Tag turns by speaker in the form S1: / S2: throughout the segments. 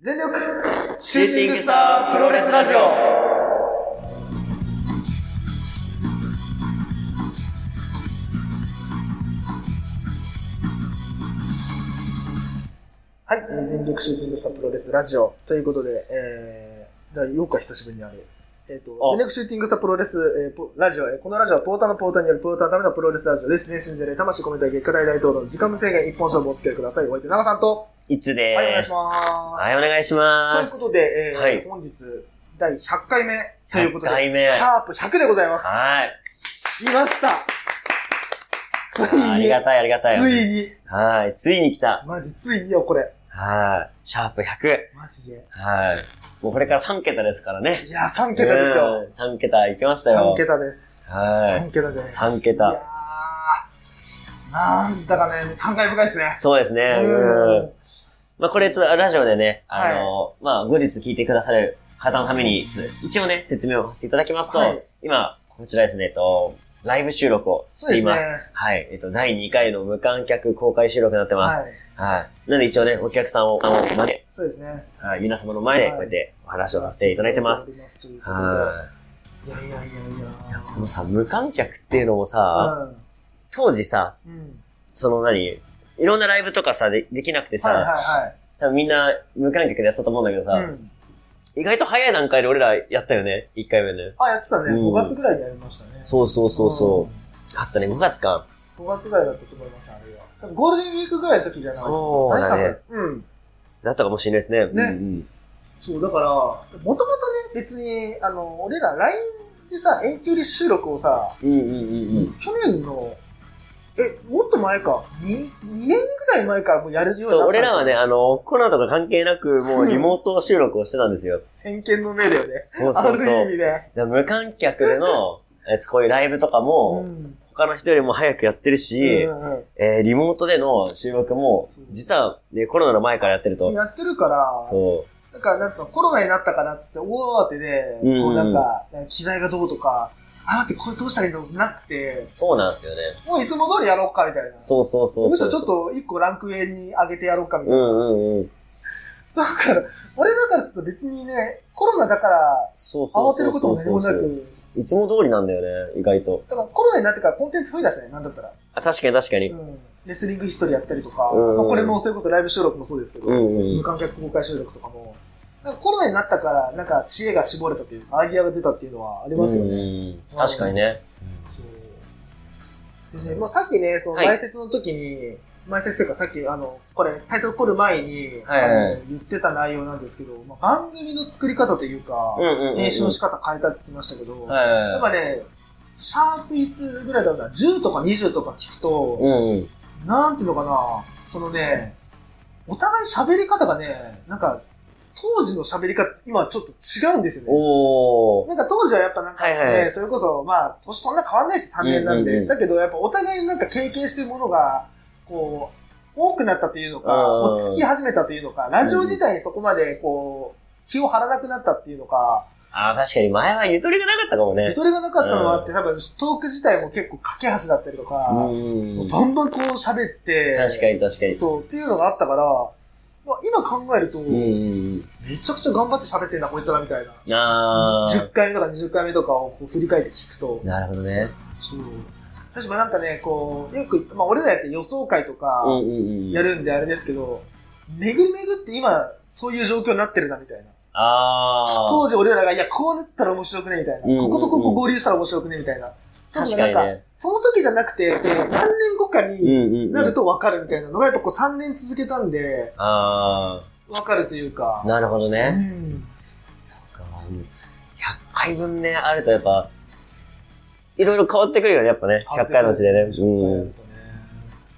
S1: 全力シューティングスタープロレスラジオはい、えー全力シューティングスタープロレスラジオということで、えー、第4回久しぶりにあれ。えっ、と
S2: あ、
S1: 全力シューティングスタープロレス、えーポラジオ、えーこのラジオはポーターのポーターによるポーターのためのプロレスラジオです。全身全霊、魂込めた結果大大討論、時間無制限一本勝負をお付き合いください。お相手、長さんと、
S2: いつで
S1: はい、お願い
S2: す
S1: し。ます。
S2: はい、お願いしま
S1: という
S2: す。
S1: ことで、えー
S2: はい
S1: 本日、第100回目ということで、
S2: 100回目
S1: シャープ100でご ざいます。
S2: はい。
S1: いましたついに、
S2: ありがたい、ありがたい。
S1: ついに、
S2: はい。ついに来た。
S1: マジついによ、これ。
S2: はい。シャープ100。
S1: マジで。
S2: はい。もうこれから3桁ですからね。
S1: いや、3桁ですよ。
S2: うん。3桁いきました
S1: 3
S2: よ。
S1: 桁です。
S2: はい
S1: 3桁です。
S2: 3
S1: いや
S2: 桁。
S1: ーなんだかね、感慨深いですね。
S2: そうですね。
S1: う
S2: うん
S1: ん。
S2: まあこれちょっとラジオでね、あの、まあ後日聞いてくださる方のために、ちょっと一応ね、説明をさせていただきますと
S1: はい、
S2: 今、こちらですね、えっと、ライブ収録をしていま
S1: そう
S2: す
S1: ですね。
S2: はい。えっと、第2回の無観客公開収録になってます。
S1: はい。
S2: はい。なんで一応ね、お客さんを、あの、招いて、
S1: そうですね。
S2: はい皆様の前で、
S1: はい
S2: こうやってお話をさせていただいてます。
S1: ということで
S2: はい
S1: やいやいやいや。
S2: い。いや、このさ、無観客っていうのもさ、当時さ、
S1: うん。うん。
S2: その何、いろんなライブとかさ、でできなくてさ、
S1: はいはい
S2: 多分みんな無観客でやってたと思うんだけどさ、
S1: はい。うん。
S2: 意外と早い段階で俺らやったよね、1回目ね。
S1: あ、やってたね。
S2: うん
S1: 5月ぐらいでやりましたね。
S2: そうそうそうそうう。あったね、5月か。
S1: ん。5月ぐらいだったと思います、あれは。多分ゴールデンウィークぐらいの時じゃないですか。
S2: そうだね
S1: 多分。うん。
S2: だったかもしれないですね。
S1: ね
S2: うんうん。
S1: そう、だから、もともとね、別に、あの、俺ら LINE でさ、遠距離収録をさ、
S2: うんうんうんうん。
S1: 去年の、え、もっと前か。2、2年ぐらい前からもうやるようになった。
S2: そう、俺らはね、、あの、コロナとか関係なく、もうリモート収録をしてたん ですよ。
S1: 先見の明だよね。
S2: そうそうそ
S1: あ
S2: う。
S1: る意味ね。
S2: だから無観客での、えこういうライブとかも、
S1: ん。
S2: 他の人よりも早くやってるし、
S1: うんうん
S2: えーリモートでの収録も
S1: そう、
S2: 実は、ね、コロナの前からやってる
S1: うん
S2: と。
S1: やってるから、
S2: そ
S1: なんか、なんつうの、コロナになったからっつって、大慌てで、
S2: うん
S1: こうなんか、機材がどうとか、あ、待って、これどうしたらいいのなくて
S2: う。、そうなんですよね。
S1: もういつも通りやろうか、みたいな。
S2: そうそうそうそう。
S1: むしろちょっ。と一個ランク上に上げてやろうか、みた
S2: う
S1: いな。
S2: んうんうん。
S1: だから、俺らからすると別にね、コロナだから、
S2: そうそうそうそう。
S1: 慌てることも何もなく、
S2: いつも通りなんだよね、意外と。
S1: だからコロナになってからコンテンツ増えだしたね、なんだったら。
S2: あ、確かに確かに。
S1: う
S2: うん
S1: ん。レスリングヒストリーやったりとか、
S2: うん
S1: まあこれもそれこそライブ収録もそうですけど、
S2: うんう
S1: 無
S2: ん。
S1: 観客公開収録とかも、なんかコロナになったから、なんか知恵が絞れたというか、アイディアが出たっていうのはありますよね。
S2: うん確かにね。
S1: そうでね、まあ、さっきね、その
S2: はい
S1: 前説の時に、前説というかさっき、あの、これ、タイトル取る前に、
S2: はいはいはい
S1: あの言ってた内容なんですけど、まあ、番組の作り方というか、
S2: うんうんうんうん。
S1: 練習の仕方変えたって言ってましたけど、
S2: はいはい
S1: やっ
S2: は
S1: ぱ
S2: い。
S1: ね、シャープいつぐらいだろうな、10とか20とか聞くと、
S2: うんうん。
S1: なんていうのかな、そのね、お互い喋り方がね、なんか、当時の喋り方、今ちょっと違うんですよね。
S2: おー。
S1: なんか当時はやっぱなんかね、
S2: はいはい
S1: それこそ、まあ、年そんな変わんないです、3年なんで。
S2: うんうんうん
S1: だけど、やっぱお互いなんか経験してるものが、こう、多くなったというのか、
S2: うん
S1: 落ち着き始めたというのか、ラジオ自体にそこまで、こう、気を張らなくなったっていうのか、
S2: あー、確かに前はゆとりがなかったかも
S1: ゆ
S2: ね。
S1: とりがなかったのはあって、多分、トーク自体も結構架け橋だったりとか、
S2: うんうん。
S1: バンバンこう喋って、
S2: 確かに確かに。
S1: そう、っていうのがあったから、まあ、今考えると、
S2: うんうん
S1: めちゃくちゃ頑張って喋ってんだ、こいつらみたいな。
S2: うん。あ
S1: 10回目とか20回目とかをこう振り返って聞くと
S2: ー。、なるほどね。
S1: そう。確かなんかね、こう、よく、まあ、俺らやって予想会とか、
S2: うんうんうん。
S1: やるんであれですけど、巡り巡って今、そういう状況になってるな、みたいな。
S2: ああ。
S1: 当時俺らが、いや、こうなったら面白くね、みたいな。
S2: うんうんうん
S1: こことここ合流したら面白くね、みたいな。
S2: 確かに
S1: なんか、
S2: ね。
S1: その時じゃなくて、で何年後か
S2: うん
S1: に
S2: うんうん。
S1: なると分かるみたいなのが、やっぱこう3年続けたんで、
S2: あ
S1: 分かるというか
S2: あ。。なるほど
S1: う
S2: ね。
S1: ん。
S2: そうか100回分ね、あるとやっぱ、いろいろ変わってくるよね、やっぱね。100回のうちでね。
S1: う
S2: うんん。。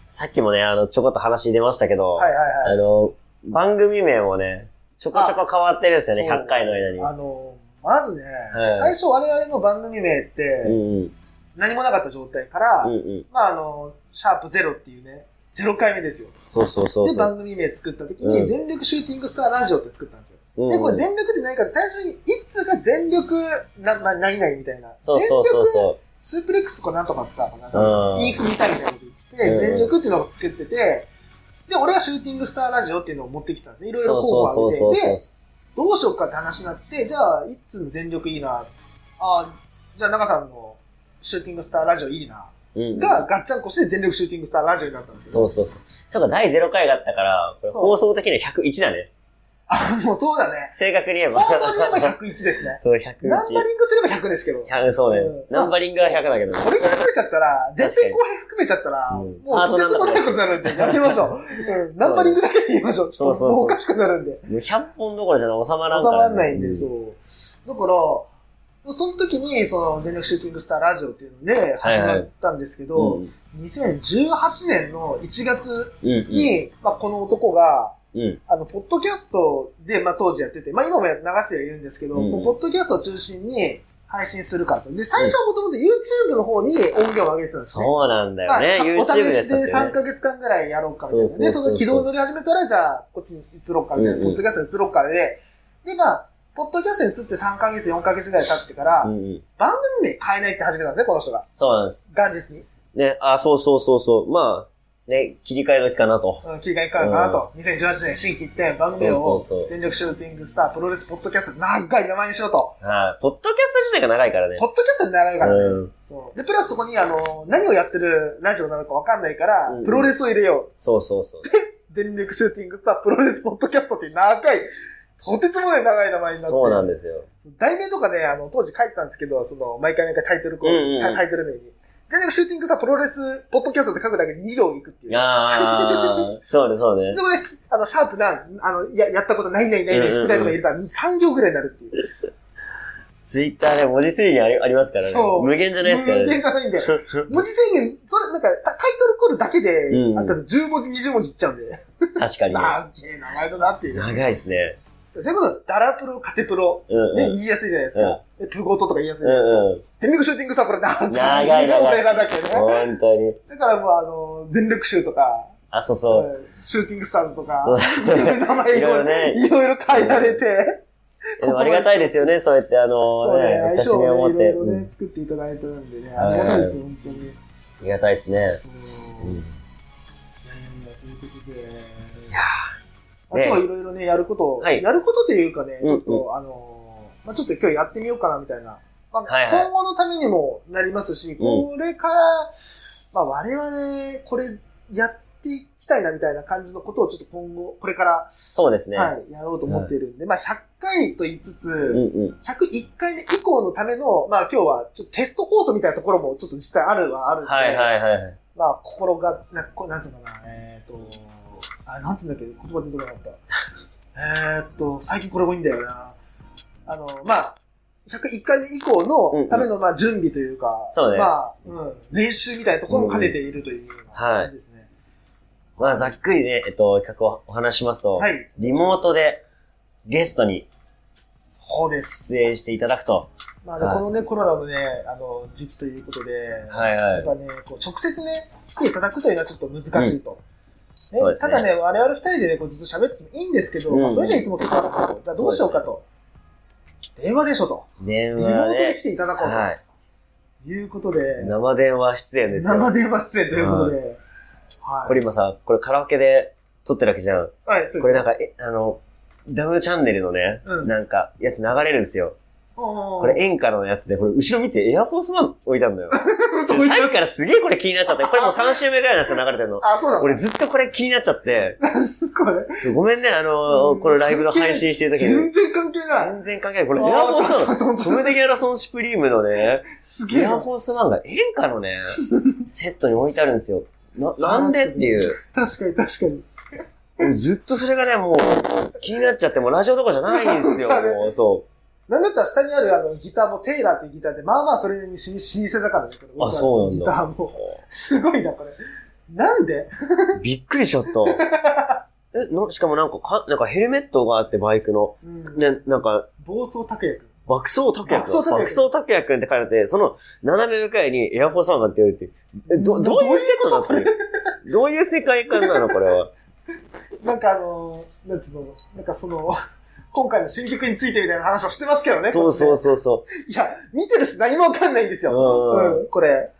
S2: さっきもね、あの、ちょこっと話出ましたけど、
S1: はいはいは
S2: あ
S1: い。
S2: の、番組名もね、ちょこちょこ変わってるんですよね、
S1: あそう
S2: 100回の間に。
S1: あの、まずね、
S2: はい
S1: 最初我々の番組名って、
S2: うんうん。
S1: 何もなかった状態から、
S2: うんうん。
S1: まああの、シャープゼロっていうね、ゼロ回目ですよ。
S2: そうそうそう
S1: で、
S2: そう。
S1: 番組名作った時に、
S2: うん
S1: 全力シューティングスターラジオって作ったんですよ。
S2: うん
S1: で、こ
S2: う
S1: れ
S2: ん
S1: 全力って何かって最初に、一通が全力な、まあ、何々みたいな。
S2: そうそうそう
S1: 全力
S2: そ
S1: スープレックスとかなんとかってさ、なん
S2: う
S1: か、
S2: ん
S1: 言い踏みたいみたいなこと言ってて、
S2: うん
S1: 全力っていうのを作ってて、で、俺がシューティングスターラジオっていうのを持ってきてたんですね。いろい
S2: そ
S1: ろ
S2: うそ
S1: 候
S2: う
S1: 補
S2: そ
S1: を挙
S2: う
S1: げて、
S2: そう
S1: で、。どうしようかって話になって、じゃあ、いつの全力いいな、あじゃあ、中さんのシューティングスターラジオいいな、
S2: うん。
S1: が、ガッチャンコして全力シューティングスターラジオになったんですよ。
S2: そうそうそう。そうか、第0回があったから、これ
S1: そう
S2: 放送的には101だね。
S1: あ、 もうそうだね。
S2: 正確に言え
S1: 放
S2: ば。。
S1: 送で言えば101ですね
S2: そう、101。
S1: ナンバリングすれば100ですけど。
S2: 100そうね、
S1: うん
S2: ナンバリングは100だけど。
S1: それ含めちゃったら、全
S2: 確かに
S1: 編後編含めちゃったら、
S2: うん
S1: もうとてつもないことになるんで、やめましょう。 うん、ナンバリングだけで言いましょう。ちょっと
S2: そうそうそう
S1: もうおかしくなるんで。
S2: もう100本どころじゃ収まらん
S1: 収
S2: から、
S1: まんないんで、
S2: う。
S1: そう。だから、その時に、その、全力シューティングスターラジオっていうので、
S2: はい
S1: 始
S2: は
S1: ま
S2: い
S1: ったんですけど、
S2: うん。
S1: 2018年の1月
S2: うん。
S1: に、まあ、この男が、
S2: うん。
S1: あの、ポッドキャストで、まあ、当時やってて、まあ、今も流してはいるんですけど、
S2: うん
S1: こうポッドキャストを中心に配信するかと。で、最初はもともと YouTube の方に音源を上げてたんですね。
S2: そうなんだよ
S1: ま
S2: ね。
S1: あ、お
S2: YouTube
S1: 試
S2: でや
S1: し
S2: った
S1: で3
S2: ってね。
S1: ヶ月間ぐらいやろうかみたいなね。
S2: そう
S1: そ
S2: そうそうそう
S1: の軌道に乗り始めたら、じゃあ、こっちに移ろうかみたいな、
S2: うんうん
S1: ポッドキャストに移ろうかで、で、まあ、ポッドキャストに移って3ヶ月、4ヶ月ぐらい経ってから、
S2: うんうん。
S1: 番組名変えないって始めたんですね、この人が。
S2: そうなんです。
S1: 元日に。
S2: ね、あ、そうそうそうそう。まあ、ね、切り替え時かなと。
S1: うん切り替えからかなと。2018年、新規一点、番組名
S2: そう
S1: を
S2: そうそう
S1: 全力シューティングスター、プロレス、ポッドキャスト、長い名前にしようと。
S2: はい。ポッドキャスト自体が長いからね
S1: ポ。ッドキャストに長いからね。
S2: うん。
S1: そう。で、プラスそこに、あの、何をやってるラジオなのかわかんないから
S2: うんうん、
S1: プロレスを入れよう。
S2: そうそうそう。
S1: 全力シューティングスタープロレスポッドキャストっていう長い、とてつもない長い名前になって。
S2: そうなんですよ。
S1: 題名とかね、あの、当時書いてたんですけど、その、毎回毎回タイトルコール、
S2: うんうん
S1: タタイトル名に。全力シューティングスタープロレスポッドキャストって書くだけで2行いくっていう。
S2: ああ、そうね、そうね。
S1: そこで、あの、シャープな、あの、や、やったことないないないない、
S2: うんうんうん
S1: 副題とか入れたら3行ぐらいになるっていう。
S2: ツイッターで文字制限ありありますからね
S1: そ。う
S2: 無限じゃないですから
S1: 無限
S2: ね。
S1: じゃ ないんで。文字制限、それ、なんか、タタイトルコールだけで、
S2: うんうん
S1: あったら10文字、20文字いっちゃうんで。
S2: 確かにね。
S1: なーえ名前だなっていう。
S2: 長いですね。
S1: そういうこと、ダラプロ、カテプロ、
S2: うんうん
S1: ね、言いやすいじゃないですか。でプゴトとか言いやすいじ
S2: う
S1: ゃないですか。
S2: んうん。
S1: 全力シューティングスターこれ長い。
S2: 長い長い
S1: 俺らだけね。
S2: 本当に。
S1: だからもうあの、全力シューとか、
S2: あ、そうそう。
S1: うんシューティングスターズとか
S2: そう、
S1: いろいろ名前
S2: いろいろね
S1: いろいろ変えられて、
S2: でもありがたいですよね、そうやって、あの
S1: そうね
S2: ね、、親
S1: 相
S2: しみ
S1: 性
S2: を
S1: を
S2: 持っ
S1: ね、
S2: て。
S1: いろいろ
S2: うん
S1: ね、作っていただいたんでね、
S2: は
S1: あり
S2: い
S1: がたいですよ、本当に。
S2: ありがたいですね。
S1: そう
S2: う
S1: い
S2: ん
S1: やいやということで、
S2: いや
S1: あとはいろいろね、やること、
S2: はい
S1: やることというかね、
S2: うん
S1: ちょっと、あのー、まあちょっと今日やってみようかなみたいな。まあ
S2: はいはい
S1: 今後のためにもなりますし、これから、まあ我々、これやっていきたいなみたいな感じのことをちょっと今後、これから、
S2: そうですね。
S1: はい、やろうと思っているんで、まあ100回と言いつ
S2: うん
S1: つ、
S2: うん。
S1: 101回目以降のための、まあ今日はちょっとテスト放送みたいなところもちょっと実際あるはあるんで、
S2: はいはいはい。
S1: まあ、心が、な、こなんつうのかな、えーっ、と、あ、なんつうんだっけ、言葉出てこなかった。えーっと、最近これもいいんだよな。あの、まあ、101回目以降
S2: うんう
S1: の
S2: ん
S1: ための、まあ、準備というか、
S2: そうね
S1: まあ、うん、練習みたいなところも兼ねているというような感じですね。
S2: まあ、ざっくりね、えっと、企画をお話ししますと
S1: はい、、
S2: リモートでゲストに
S1: そうです。
S2: 出演していただくと。
S1: まあ、で
S2: はい
S1: このね、コロナのね、あの、時期ということで、
S2: はい
S1: や
S2: は
S1: っ
S2: い。
S1: ぱね、こう直接ね、来ていただくというのはちょっと難しいと。ね
S2: そうです
S1: た
S2: ね
S1: だね、我々二人でね、こうずっと喋ってもいいんですけど、
S2: うん
S1: まあそれじゃいつもと変わらないと。じゃあどうしようかと。電話でしょと。
S2: 電
S1: リモート
S2: 話
S1: で
S2: で
S1: 来、ていただこう
S2: はい。
S1: ということで、
S2: 生電話出演です
S1: 生
S2: よ。
S1: 電話出演ということで、は
S2: これ今さ、これカラオケで撮ってるわけじゃん。
S1: い。はい、そうです。
S2: これなんか、え、あの、ダムチャンネルのね、
S1: うん
S2: なんか、やつ流れるんですよ。
S1: こ
S2: これ演歌のやつで、これ後ろ見てエアフォースワン置いたん だよ。さ
S1: そういう
S2: っきからすげえこれ気にな っちゃって、これもう3週目ぐらいなんですよ、流れてるの。
S1: あ、そうなの
S2: 俺ずっとこれ気になっちゃって、
S1: これ。
S2: ごめんね、あの
S1: うん
S2: このライブの配信してる時
S1: 全
S2: に。
S1: 然関係ない。
S2: 全然関係ない。これエアフォースワン。
S1: ン
S2: トムデギャラソンシュプリームのね、
S1: すげえ
S2: エ
S1: な。
S2: アフォースワンが演歌の ね、セットに置いてあるんですよ。な、
S1: そう
S2: なんでっていう。
S1: 確かに確かに。
S2: 俺ずっとそれがね、もう、気になっちゃって、もうラジオどころじゃないんですよ。
S1: そうだね
S2: もう、 そう。
S1: なんだったら下にあるあのギターもテイラーっていうギターで、まあまあそれにし老舗だからね、これ。
S2: あそうなんだ
S1: ギターも。すごいな、これ。なんで
S2: びっくりしちゃった。え、の、しかもなんか、か、なんかヘルメットがあって、バイクの。
S1: うん。
S2: ね、なんか、
S1: 暴走拓也くん。
S2: 爆走拓也くん。
S1: 爆走拓也くん
S2: 爆走拓也くんって書いてあって、その、斜め向かいにエアフォースワンがって言われて、え、ど、どういうセットだったのどういう世界観なの これは。
S1: なんかあのー、なんつうの、なんかその、今回の新曲についてみたいな話をしてますけどね。
S2: そう
S1: こ
S2: そ
S1: っ
S2: うそうそ
S1: ちねいや、見てるし何もわかんないんです
S2: う。
S1: よ。
S2: うんうん
S1: うん、これ。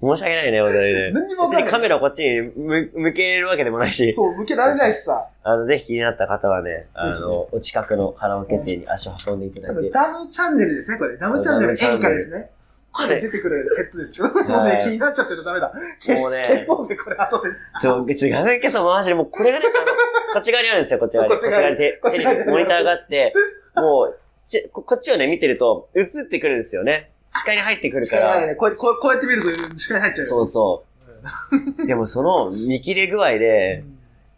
S2: 申し訳ないね、本当にね。
S1: 何にもわかんない
S2: 別にカメラをこっちに向向けるわけでもないし、
S1: そう、向けられないしさ。
S2: あの、ぜひ気になった方はね、あ
S1: ぜひ
S2: の、お近くのカラオケ店に足を運んでいた
S1: 多
S2: だい
S1: 分
S2: て、
S1: ダムチャンネルですね、これ。ダムチャンネル、エ
S2: ダムチャ
S1: リ
S2: ンネ
S1: カ
S2: ル
S1: ですね。
S2: こ
S1: 出
S2: れ、
S1: てくるセットですよ。もう
S2: は
S1: ね
S2: い、
S1: 気になっちゃってるダメだ。消し
S2: もうね
S1: 消そうぜ、これ、後で。
S2: そう、ちょっと画面消すの回しで、もうこれが ね、あの、こっち側にあるんですよ、こっち側に。
S1: こ
S2: こ
S1: っ
S2: っ
S1: ち
S2: ち
S1: 側
S2: 側
S1: に
S2: にテ
S1: こっ
S2: テ
S1: ち
S2: レ
S1: 側に
S2: ビ、モニターがあって、もう、ちここっちをね、見てると、映ってくるんですよね。視界に入ってくるか
S1: 力が
S2: ら。
S1: ね、こうやって、こうこうやって見ると、視界に入っちゃうよ。
S2: そうそ
S1: うん
S2: う。でもその見切れ具合で、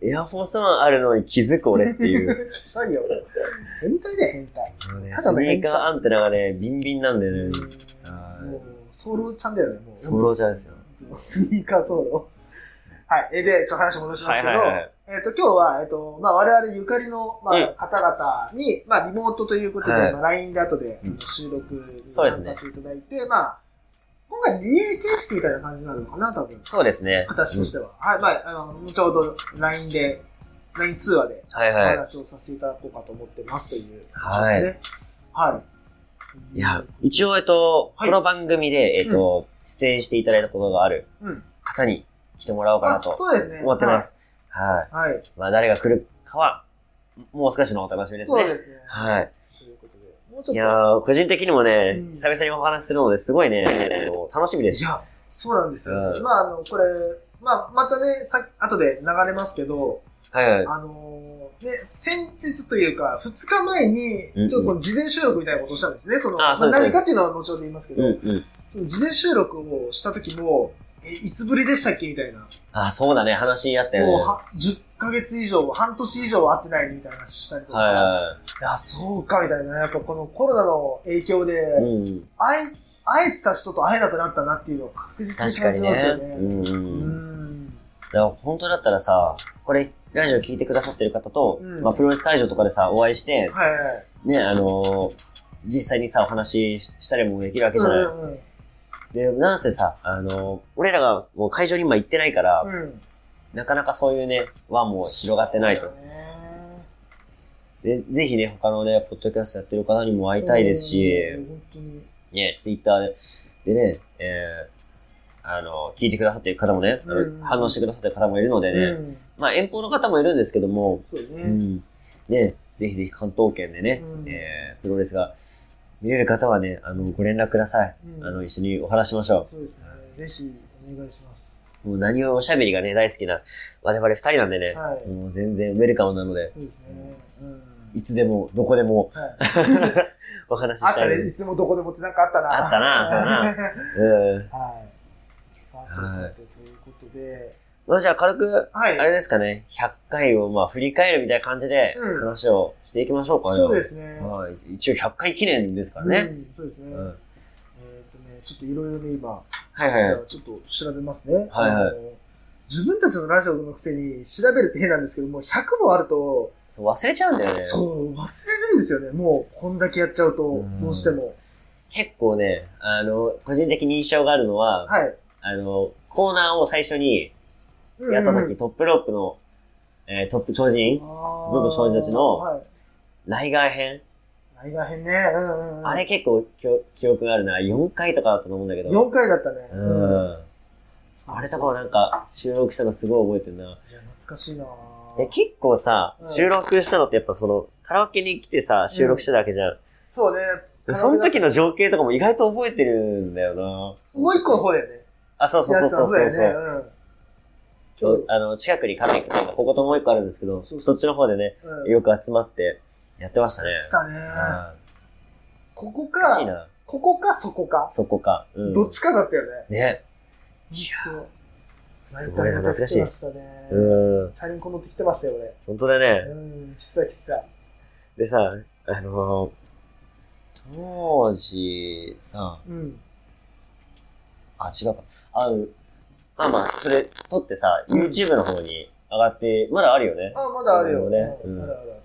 S2: エアフォースワンあるのに気づく俺っていう。
S1: 知らんよ。 変態だよ、変態。 ただ
S2: ス
S1: の
S2: ニ
S1: 変
S2: ー
S1: 態
S2: カーアンテナがね、ビンビンなんだよね。
S1: うん
S2: い
S1: もう、ソロちゃんだよね、もう。
S2: ソロじゃないですよ。
S1: スニーカーソロ。はい。えーで、ちょっと話戻しますけど、
S2: はいはいはい
S1: えっ、と、今日は、えっ、と、まあ、我々ゆかりの、ま
S2: う
S1: あ、方々に、まあ、リモートということで、
S2: はい
S1: まあ、LINE で後で、あ
S2: う
S1: の
S2: ん
S1: 収録に
S2: そう
S1: 参
S2: です
S1: 加し
S2: ね
S1: ていただいて、まあ、今回、リレー形式みたいな感じになるのかな、多分。
S2: そうですね。
S1: 形としては。はい、まあ、あの、ちょうど LINE で、LINE 通話で、
S2: うんはい
S1: お
S2: は
S1: 話をさせていただこうかと思ってますという
S2: はい
S1: 感じですね。はい。
S2: い。いや、一応、えっと、
S1: はい
S2: この番組で、えっと、出演していただいたことがある
S1: うん。
S2: 方に来てもらおうかな
S1: あ、
S2: と
S1: そうですね。
S2: 思ってます。
S1: は
S2: は
S1: い。はい。
S2: い。まあ、誰が来るかは、もう少しのお楽しみです
S1: そうで
S2: ね。
S1: すね。
S2: はい。
S1: ということで。もうちょっと。
S2: いやー、個人的にもね
S1: うん、
S2: 久々にお話しするので、すごいね、あの楽しみで
S1: い
S2: す。
S1: や、そうなんですよ。
S2: うん
S1: まあ、あの、これ、まあ、またね、さ後で流れますけど、
S2: はいはい。
S1: あのー、ね、先日というか、2日前に、ちょっとこの事前収録みたいなことをしたんですね。その、
S2: あ
S1: ま
S2: そうです
S1: 何かっていうのは後ほど言いますけ
S2: う
S1: ど、
S2: んうん。
S1: 事前収録をした時も、え、いつぶりでしたっけみたいな。
S2: あ、そうだね、話あったよね。
S1: もう
S2: は
S1: は、10ヶ月以上、半年以上会ってないみたいな話したりと
S2: い
S1: か、
S2: はい
S1: や、そうか、みたいな。やっぱこのコロナの影響で、
S2: い。うん。
S1: 会え、会えてた人と会えなくなったなっていうのを確実に
S2: 確
S1: 感
S2: か
S1: じ
S2: に
S1: ま
S2: ね
S1: すよね。。
S2: うんう。
S1: うんん。
S2: だから本当だったらさ、これ、ラジオ聞いてくださってる方と、
S1: うん
S2: まあ、プロレス会場とかでさ、お会いして、
S1: はいはい。
S2: ね、あのー実際にさ、お話ししたりもできるわけじゃない。
S1: うんうん
S2: で、なんせさ、あのー俺らがもう会場に今行ってないから、
S1: うん。うん。
S2: なかなかそういうね、輪も広がってないと。で、ぜひね、他のね、ポッドキャストやってる方にも会いたいですし、
S1: うん本当に。
S2: ね、ツイッターでね、えー、あのー聞いてくださってる方もね、あの
S1: うん
S2: 反応してくださってる方もいるのでね、
S1: うん。
S2: まあ遠方の方もいるんですけども、
S1: そう
S2: う
S1: ね。
S2: ん。ね、ぜひぜひ関東圏でね、
S1: うん
S2: えープロレスが見れる方はね、あの、ご連絡ください。
S1: うん
S2: あの、一緒にお話しましょ
S1: そうですね。ぜひ、お願いします。
S2: う。もう何よりおしゃべりがね、大好きな我々二人なんでね、
S1: はい
S2: もう全然ウェルカムなので、
S1: そうですね。うん。
S2: いつでも、どこ でも
S1: はい。
S2: お話し
S1: あ
S2: し
S1: ったた
S2: い
S1: ね。
S2: で
S1: い
S2: す。
S1: つもどこでもってなんかあったな。
S2: あったなあ
S1: な。
S2: っうん。
S1: はい。さてさて、ということで。
S2: まあじゃあ軽く、
S1: はい。
S2: あれですかね、100回をまあ振り返るみたいな感じで
S1: うん
S2: 話をしていきましょうか、
S1: そうですね。
S2: はい。一応100回記念ですから
S1: う
S2: ね。
S1: ん。そうですね。
S2: う
S1: え
S2: ん。
S1: ーっとね、ちょっといろいろね、今、
S2: はいはい
S1: じゃあちょっと調べますね。
S2: はいはい
S1: あの自分たちのラジオのくせに調べるって変なんですけども、100もあると、
S2: そう、忘れちゃうんだよね。
S1: そう、忘れるんですよね。もう、こんだけやっちゃうと
S2: う、ん
S1: どうしても。
S2: 結構ね、あの、個人的に印象があるのは、
S1: はい。
S2: あの、コーナーを最初に
S1: うん
S2: やった時、
S1: うん
S2: トップロープの、えートップ超人、
S1: あー
S2: 僕の少女たちの
S1: はい。
S2: ライガー編、
S1: 内外編ね。うんうんうん。
S2: あれ結構きょ記憶があるな。4回とかだったと思うんだけど。
S1: ?4 回だったね。。
S2: うんん。あれとかもなんか収録したのすごい覚えてるな。
S1: いや、懐かしいなぁ
S2: で結構さ
S1: うん、
S2: 収録したのってやっぱその、カラオケに来てさ、収録してたわけじゃん。
S1: そうね。
S2: その時の情景とかも意外と覚えてるんだよな。
S1: もう一個の方だよね。
S2: あ、そうそうそうそうそう
S1: やつ
S2: そう
S1: は。
S2: ちょあの、近くにカフェ行くとここともう一個あるんですけど、
S1: そうそう
S2: そっちの方でね、
S1: そうだよね。うん。うん。
S2: よく集まってやってましたね。
S1: 来たね
S2: あー
S1: ここ
S2: 懐かしい
S1: か、
S2: な。
S1: ここかそこか。
S2: そこか。うん
S1: どっちかだったよね。
S2: ね。
S1: ほんと
S2: すごいな、懐かしい
S1: ま。したね。
S2: うん。
S1: チャリンコ乗ってきてましたよ、俺。
S2: 本当だね。
S1: うん、喫茶喫茶。
S2: でさ、あのー、当時、さ、
S1: うん。
S2: あ、違うか。あの、まあまあ、それ、撮ってさ、
S1: うん
S2: YouTube の方に上がって、まだあるよね。
S1: あ、まだあるよ。
S2: なるほどね
S1: うん
S2: うん
S1: あるあるある。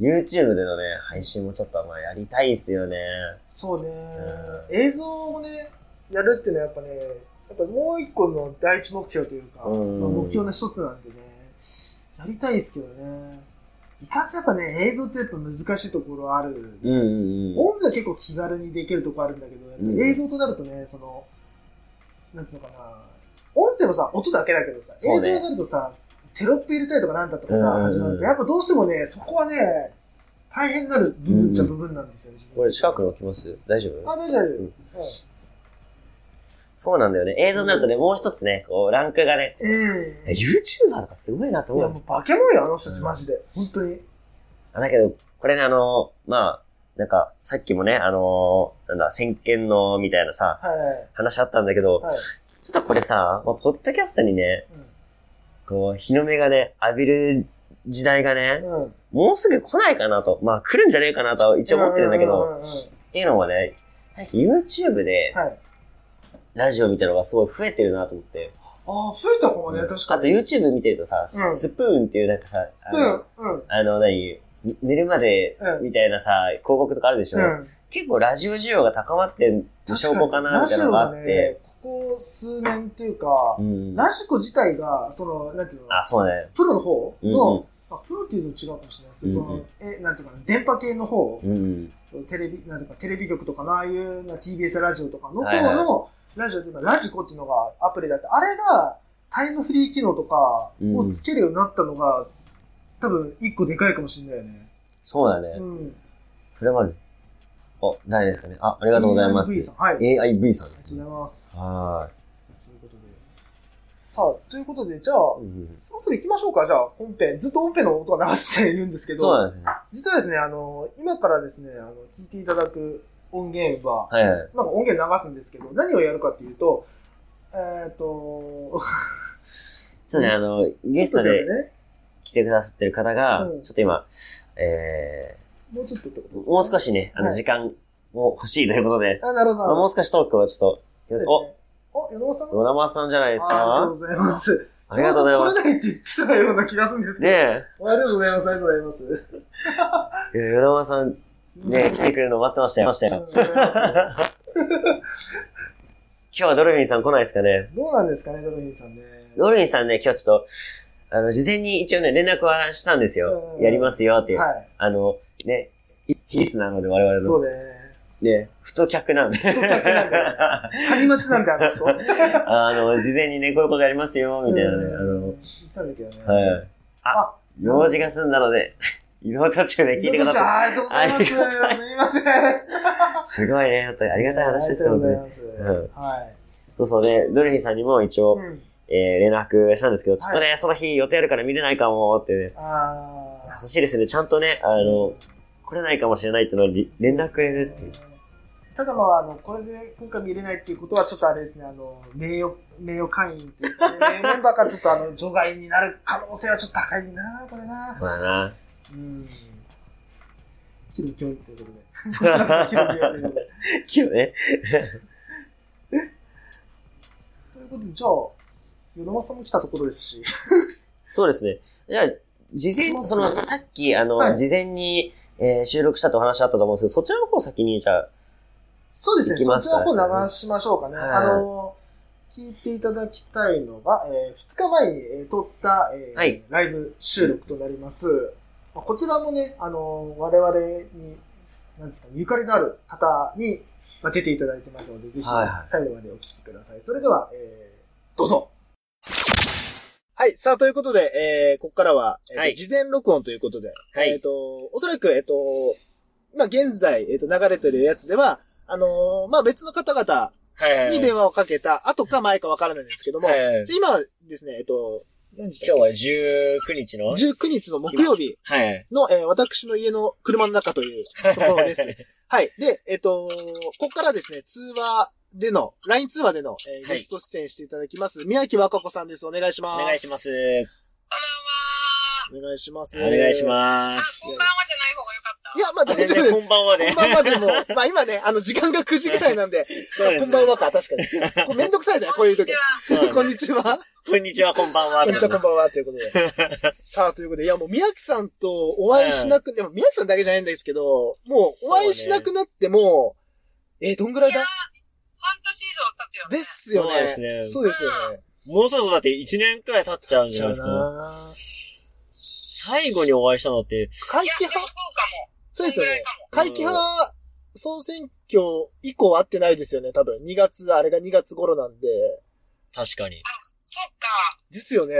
S2: あれ YouTube でのね、配信もちょっとまあやりたいですよね。
S1: そうね。
S2: う
S1: 映像をね、やるっていうのはやっぱね、やっぱもう一個の第一目標というか、
S2: うん
S1: まあ目標の一つなんでね、やりたいですけどね。いかんせんやっぱね、映像ってやっぱ難しいところある。
S2: うんうんうん。
S1: 音声は結構気軽にできるとこあるんだけど、やっぱ映像となるとね、その、なんつうのかな、音声もさ、音だけだけどさ、
S2: そ
S1: 映像
S2: うね
S1: になるとさ、テロップ入れたりとかなんだとか
S2: うんうん
S1: さ、
S2: うん
S1: 始まると、やっぱどうしてもね、そこはね、大変になる部分っちゃ部分なんですよ、自分
S2: これ近くに置きます大丈夫
S1: あ、大丈夫、大丈
S2: うん
S1: 夫。
S2: そうなんだよね。映像になるとね、もう一つね、こう、ランクがね、
S1: うん。
S2: え YouTuber とかすごいなと
S1: い
S2: 思
S1: や、
S2: う
S1: もう化け物よ、あの人たち、マジで。本当に。
S2: あだけど、これね、あの、まあ、なんか、さっきもね、あの、なんだ、先見の、みたいなさ、
S1: はい。
S2: 話あったんだけど、
S1: はい。
S2: ちょっとこれさ、まあ、ポッドキャストにね、
S1: う
S2: こう、日の目がね、浴びる時代がね、
S1: ん。うん
S2: もうすぐ来ないかなと、まあ、来るんじゃねえかなとは一応思ってるんだけ
S1: う
S2: ど、
S1: んうんうんうん
S2: っていうのはね、YouTube で
S1: はい。
S2: ラジオ見たのがすごい増えてるなと思って。
S1: ああ、増えたかもね、
S2: うん
S1: 確か
S2: あと
S1: に。
S2: YouTube 見てるとさ、ス
S1: うん
S2: スプーンっていうなんかさ、あの、
S1: うん、うん。
S2: あの何、寝るまで
S1: うん
S2: みたいなさ、広告とかあるでしょ、
S1: うん。
S2: 結構ラジオ需要が高まってる証拠かなみたいなのがあ
S1: ラ
S2: っ
S1: ジオは
S2: て。
S1: ね、ここ数年っていうか、
S2: うん、
S1: ラジコ自体が、その、なんていうの、
S2: あ、そうね。
S1: プロの方の、
S2: うんうん
S1: あ、プロっていうの違うかもしれないです。
S2: うんう
S1: その、え、なんていうかな、電波系の方、
S2: うん。
S1: テレビ、なんていうか、テレビ局とかの、ああいうな TBS ラジオとかの
S2: はいはい
S1: 方の、ラジオっていうか、ラジコっていうのがアプリだって、あれが、タイムフリー機能とかをつけるようになったのが、多分、一個でかいかもしれないよね。
S2: そうだね。
S1: うん。
S2: それまで。あ、誰ですかね。あ、ありがとうございま
S1: AIV
S2: す。
S1: さんはい。あり
S2: AIV さんで
S1: が
S2: す
S1: とう
S2: ね。
S1: ございます。
S2: は
S1: ということで。さあ、ということで、じゃあ、
S2: ーい、
S1: そろそろ行きましょうか。じゃあ、本編。ずっと本編の音が流しているんですけど、
S2: そうなんですね。
S1: 実はですね、あの、今からですね、あの、聞いていただく音源は、
S2: はいはい。
S1: なんか音源流すんですけど、何をやるかっていうと、えっ、と、
S2: ちょっとね、あの、ゲスト
S1: ちょっとです
S2: で
S1: ね、
S2: 来てくださってる方が
S1: うん、
S2: ちょっと今、え
S1: もうちょっとってこと
S2: ー
S1: です、ね、
S2: もう少。しね、あの、
S1: はい
S2: 時間を欲しいということで、
S1: あ、なるほど、な
S2: ま
S1: るほ
S2: あ
S1: ど。
S2: もう少しトークをちょっ
S1: そうです
S2: と、
S1: ね
S2: お、
S1: お、米尾さん
S2: ドラマーさんじゃないです
S1: あありがと
S2: か
S1: うございます。
S2: ありがとうございます。
S1: 米尾さん来れないって言ってたような気がするんですけ
S2: ね
S1: ど。
S2: え。
S1: ありがとうございます。ありがとうございます。
S2: いや、浦和さん、ね、来てくれるの待ってましたよ。待ってましたよ。今日はドルフィンさん来ないですかね。
S1: どうなんですかね、ドルフィンさんね。
S2: ドルフィンさんね、今日ちょっと、あの、事前に一応ね、連絡はしたんですよ
S1: う。ん
S2: やりますよっていう。
S1: は
S2: あの、ね、い比率なので我々
S1: い。そ
S2: の。
S1: うね。
S2: ね、太客なんで。
S1: 客なんで谷町なんで、あの人。
S2: あの、事前にね、こういうことやりますよ、みたいなね。あの
S1: 言、ってたんだけどね。
S2: はい。あ
S1: あ、
S2: 用事が済んだので、 移動途中で聞いてくださ
S1: ありがとうございます。すみません。
S2: い。すごいね、本当にありがたい話ですよね。
S1: ありがとうござい
S2: うん
S1: ます。はい。
S2: そうそうね、ドルフィンさんにも一応、
S1: うん
S2: えー、連絡したんですけど、
S1: い
S2: ちょっとね、その日予定あるから見れないかもってね。
S1: あ
S2: 優しいですね。ちゃんとね、あの、来れないかもしれないってのに連絡くれるっていう。。
S1: ただまあ、あの、これで今回見れないっていうことは、ちょっとあれですね、あの、名誉、名誉会員っていうか、名誉メンバーからちょっとあの、除外になる可能性はちょっと高いな、これな。
S2: まあ
S1: うん。キルキョイという ことで。こちらこそキルキョイということで。
S2: な。今日ね。
S1: ということで、じゃあ、与那さんも来たところです し。
S2: そうですね。じゃあ、事前に、その、さっき、あの、
S1: はい
S2: 事前に、えー収録したとお話あったと思うんですけど、そちらの方先に、じゃあ、
S1: そうですね、
S2: 行きま
S1: そ
S2: す
S1: ち
S2: からね
S1: の方流しましょうかね。
S2: はい
S1: あの、聞いていただきたいのが、え2日前に、えー撮った、えー
S2: はい
S1: ライブ収録となります。まあこちらもね、あの、我々に、なんですかね、ゆかりのある方に、まあ、出ていただいてますので、ぜひ
S2: はいはい、
S1: 最後までお聞きください。それでは、えーどうぞはい。さあ、ということで、えー、ここからは、えーと
S2: はい
S1: 事前録音ということで、
S2: はい
S1: えっ、と、おそらく、えっ、と、まあ、現在、えっ、と、流れてるやつでは、あのーまあ、別の方々
S2: は
S1: に電話をかけた後か前かわからないんですけども、で今はですね、えっ、と、何でしたっ
S2: は19日の
S1: け ?19 日の木曜日
S2: はい。
S1: の、えー私の家の車の中というところです。はい。で、えっ、と、ここからですね、通話での、LINE 通話での、えー
S2: はい
S1: ゲスト出演していただきます、宮城和歌子さんです。お願いします。
S2: す。
S1: お願いします。
S2: ま
S3: あ、。こんばんはじゃない方がよかった。
S1: いや、まあ大丈夫です。
S2: んばんは
S1: こんばんはでも、まあ今ね、あの時間が9時ぐらいなんで、
S2: そうです
S1: こ
S2: ね
S1: んばんはか、確かに。こうめんどくさいね、こういう時。
S2: そうなんです
S1: こんにちは。
S2: こんにちは、こんばんは
S1: こんにちは、こんばんは、ということで。 さあ、ということで、いやもう宮城さんとお会いしなく、でも宮城さんだけじゃないんですけど、もうお会いしなくなっても、えー、どんぐらい
S3: いや、
S1: だ
S3: 半年以上経つよ
S1: で
S3: ね。
S1: すよね。
S2: そうですね
S1: そうですよね。
S2: もうそろそろだって1年くらい経っちゃうんじゃ
S1: ち
S2: な
S1: ゃ
S2: いうですか。
S1: なぁ
S2: 最後にお会いしたのって、
S1: 会
S3: いや、
S1: 期
S3: でも
S1: 派
S3: そうかも。
S1: そうですよ
S3: んぐら
S1: ね
S3: いかも。
S1: 会期派総選今日以降会ってないですよね、多分。2月、あれが2月頃なんで。
S2: 確かに。
S3: そっか。
S1: ですよね。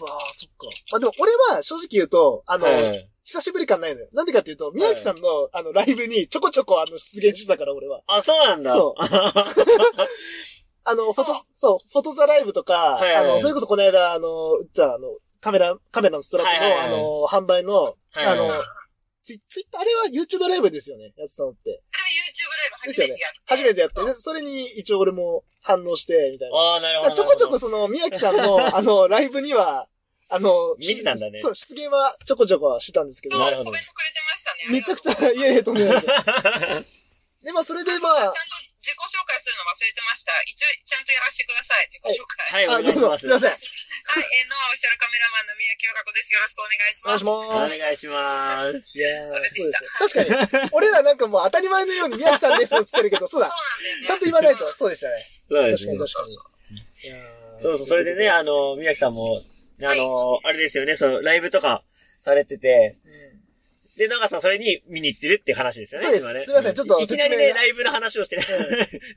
S1: うわあそっか。まあでも俺は正直言うと、あの、
S2: ええ
S1: 久しぶり感ないのよ。なんでかっていうと、宮城さんの、あの、ライブにちょこちょこあの、出現してたから俺は。
S2: あ、そうなんだ。
S1: そう。あの、フォト、そう、フォトザライブとか、
S2: はいはいはい
S1: あの、それこそこの間、あの、売ったあの、カメラ、カメラのストラップの、
S2: はいはいはい
S1: あの、販売の、
S2: はいはい
S1: あの、ツイツイッター、あれは YouTube ライブですよね、やってたのって。
S3: あれは YouTube ライブ初めてやって。
S1: 初めてやって、
S3: そう
S1: でそれに一応俺も反応して、みたいな。
S2: ああ、なる
S1: だ
S2: ほ
S1: か
S2: ど
S1: ら
S2: な
S1: ち
S2: る
S1: ょ
S2: ほ
S1: こ
S2: ど。
S1: ちょこその、宮城さんの、あの、ライブには、あの、
S2: 見てたんだね
S1: そう、出現はちょこちょこはしてたんですけど、
S2: なるほど
S3: コメントくれてましたね。
S1: めちゃくち
S3: ゃ。
S1: ゃ、いえいえ、とんでも ないです。で、まあ、それでま
S3: ち
S1: あ
S3: ゃんと、自己紹介するの忘れてました。一応、ちゃんとやらせてください。自己紹
S2: は
S3: 介。
S2: い、お
S3: はい、
S1: あ、
S2: 願い
S1: どう
S2: し
S1: ぞ、すいま
S2: ます。
S1: せん。
S3: えー、ノアオフィシャルカメラマンの宮清香子です。よろしくお願いし
S1: お願い
S3: ます。
S1: し
S3: そう
S2: お
S1: ま
S2: 願
S1: す。
S2: いします。
S1: いやーそうで
S3: それです
S1: ね。確かに。俺らなんかもう当たり前のように宮城さんですって言ってるけど、そうだ。
S3: なんだよね。
S1: ちゃんと言わないと。そうでしたね。
S2: そうで
S1: 確
S2: す
S1: か
S2: ね
S1: に。確かに。いやー
S2: そうそう、それでね、あの、宮城さんも、ねあの、あれですよね、そう、ライブとかされてて、で、長さんそれに見に行ってるっていう話ですよね、
S1: そうです
S2: 今ね
S1: すいませんちょっと
S2: いきなり
S1: 説明
S2: ね、
S1: が
S2: ライブの話をしてね、
S1: ん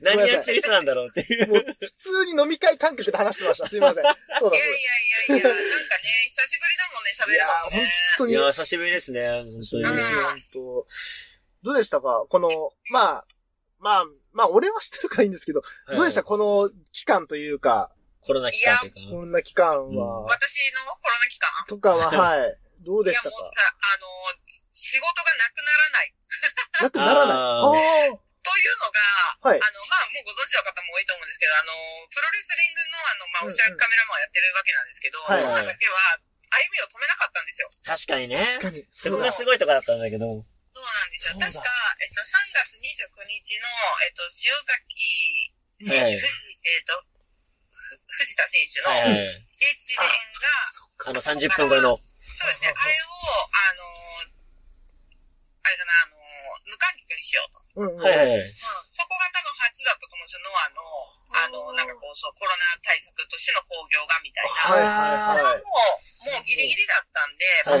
S2: 何
S1: なさい
S2: やってる人なんだろうってい
S1: もう
S2: う。
S1: 普通に飲み会感覚で話してました。すいません。そうだ、
S3: いやいやいやいや、なんかね、久しぶりだもんね、
S1: そうだ。い
S3: 喋る
S1: や
S3: のも
S1: ー
S3: ね。
S1: 本当
S2: い
S1: に。
S2: やー、久しぶりですね、本当に
S3: うん。
S1: 本当どうでしたかこの、まあ、まあ、まあ、俺は知ってるからいいんですけど、どうでしたこの期間というか、
S2: コロナ期間というか。
S1: こんな期間は、
S3: 私のコロナ期間
S1: とか は、はい。どう
S3: い
S1: で
S3: や
S1: した
S3: も
S1: か
S3: うさ、あのー、仕事がなくならない。
S1: なくならない。あ
S2: あ
S3: というのが、
S1: はい
S3: あの、まあ、もうご存知の方も多いと思うんですけど、あの、プロレスリングの、
S1: うん
S3: あの、まあ、
S1: うん
S3: オフィシャルカメラマンやってるわけなんですけど、
S1: はい
S2: はい
S3: ノアだけは、歩みを止めなかったんですよ。
S2: 確かにね。
S1: あ、確かに。
S2: そ
S1: そ
S2: こ
S1: う
S2: が
S1: だ。
S2: すごいとこだったんだけど。
S3: そうなんです
S1: そう
S3: よ。
S1: だ
S3: 確か、えっと、3月29日の、えっと、塩
S2: はい
S3: 崎選手、藤えっと、ふ藤田選手
S2: はい
S3: の
S2: はい
S3: JHC 戦が、
S2: あの、30分後の。
S3: そうですね、あれを、あのー、あれだな、あのー、無観客にしようと。
S1: うんうん。
S2: はいはいはい。
S3: そこが多分初だと思うんですよ、ノアの、あの、なんかこう、そう、コロナ対策としての興行がみたい
S1: はいはい
S3: な。
S1: はい。
S3: もう、もうギリギリだっ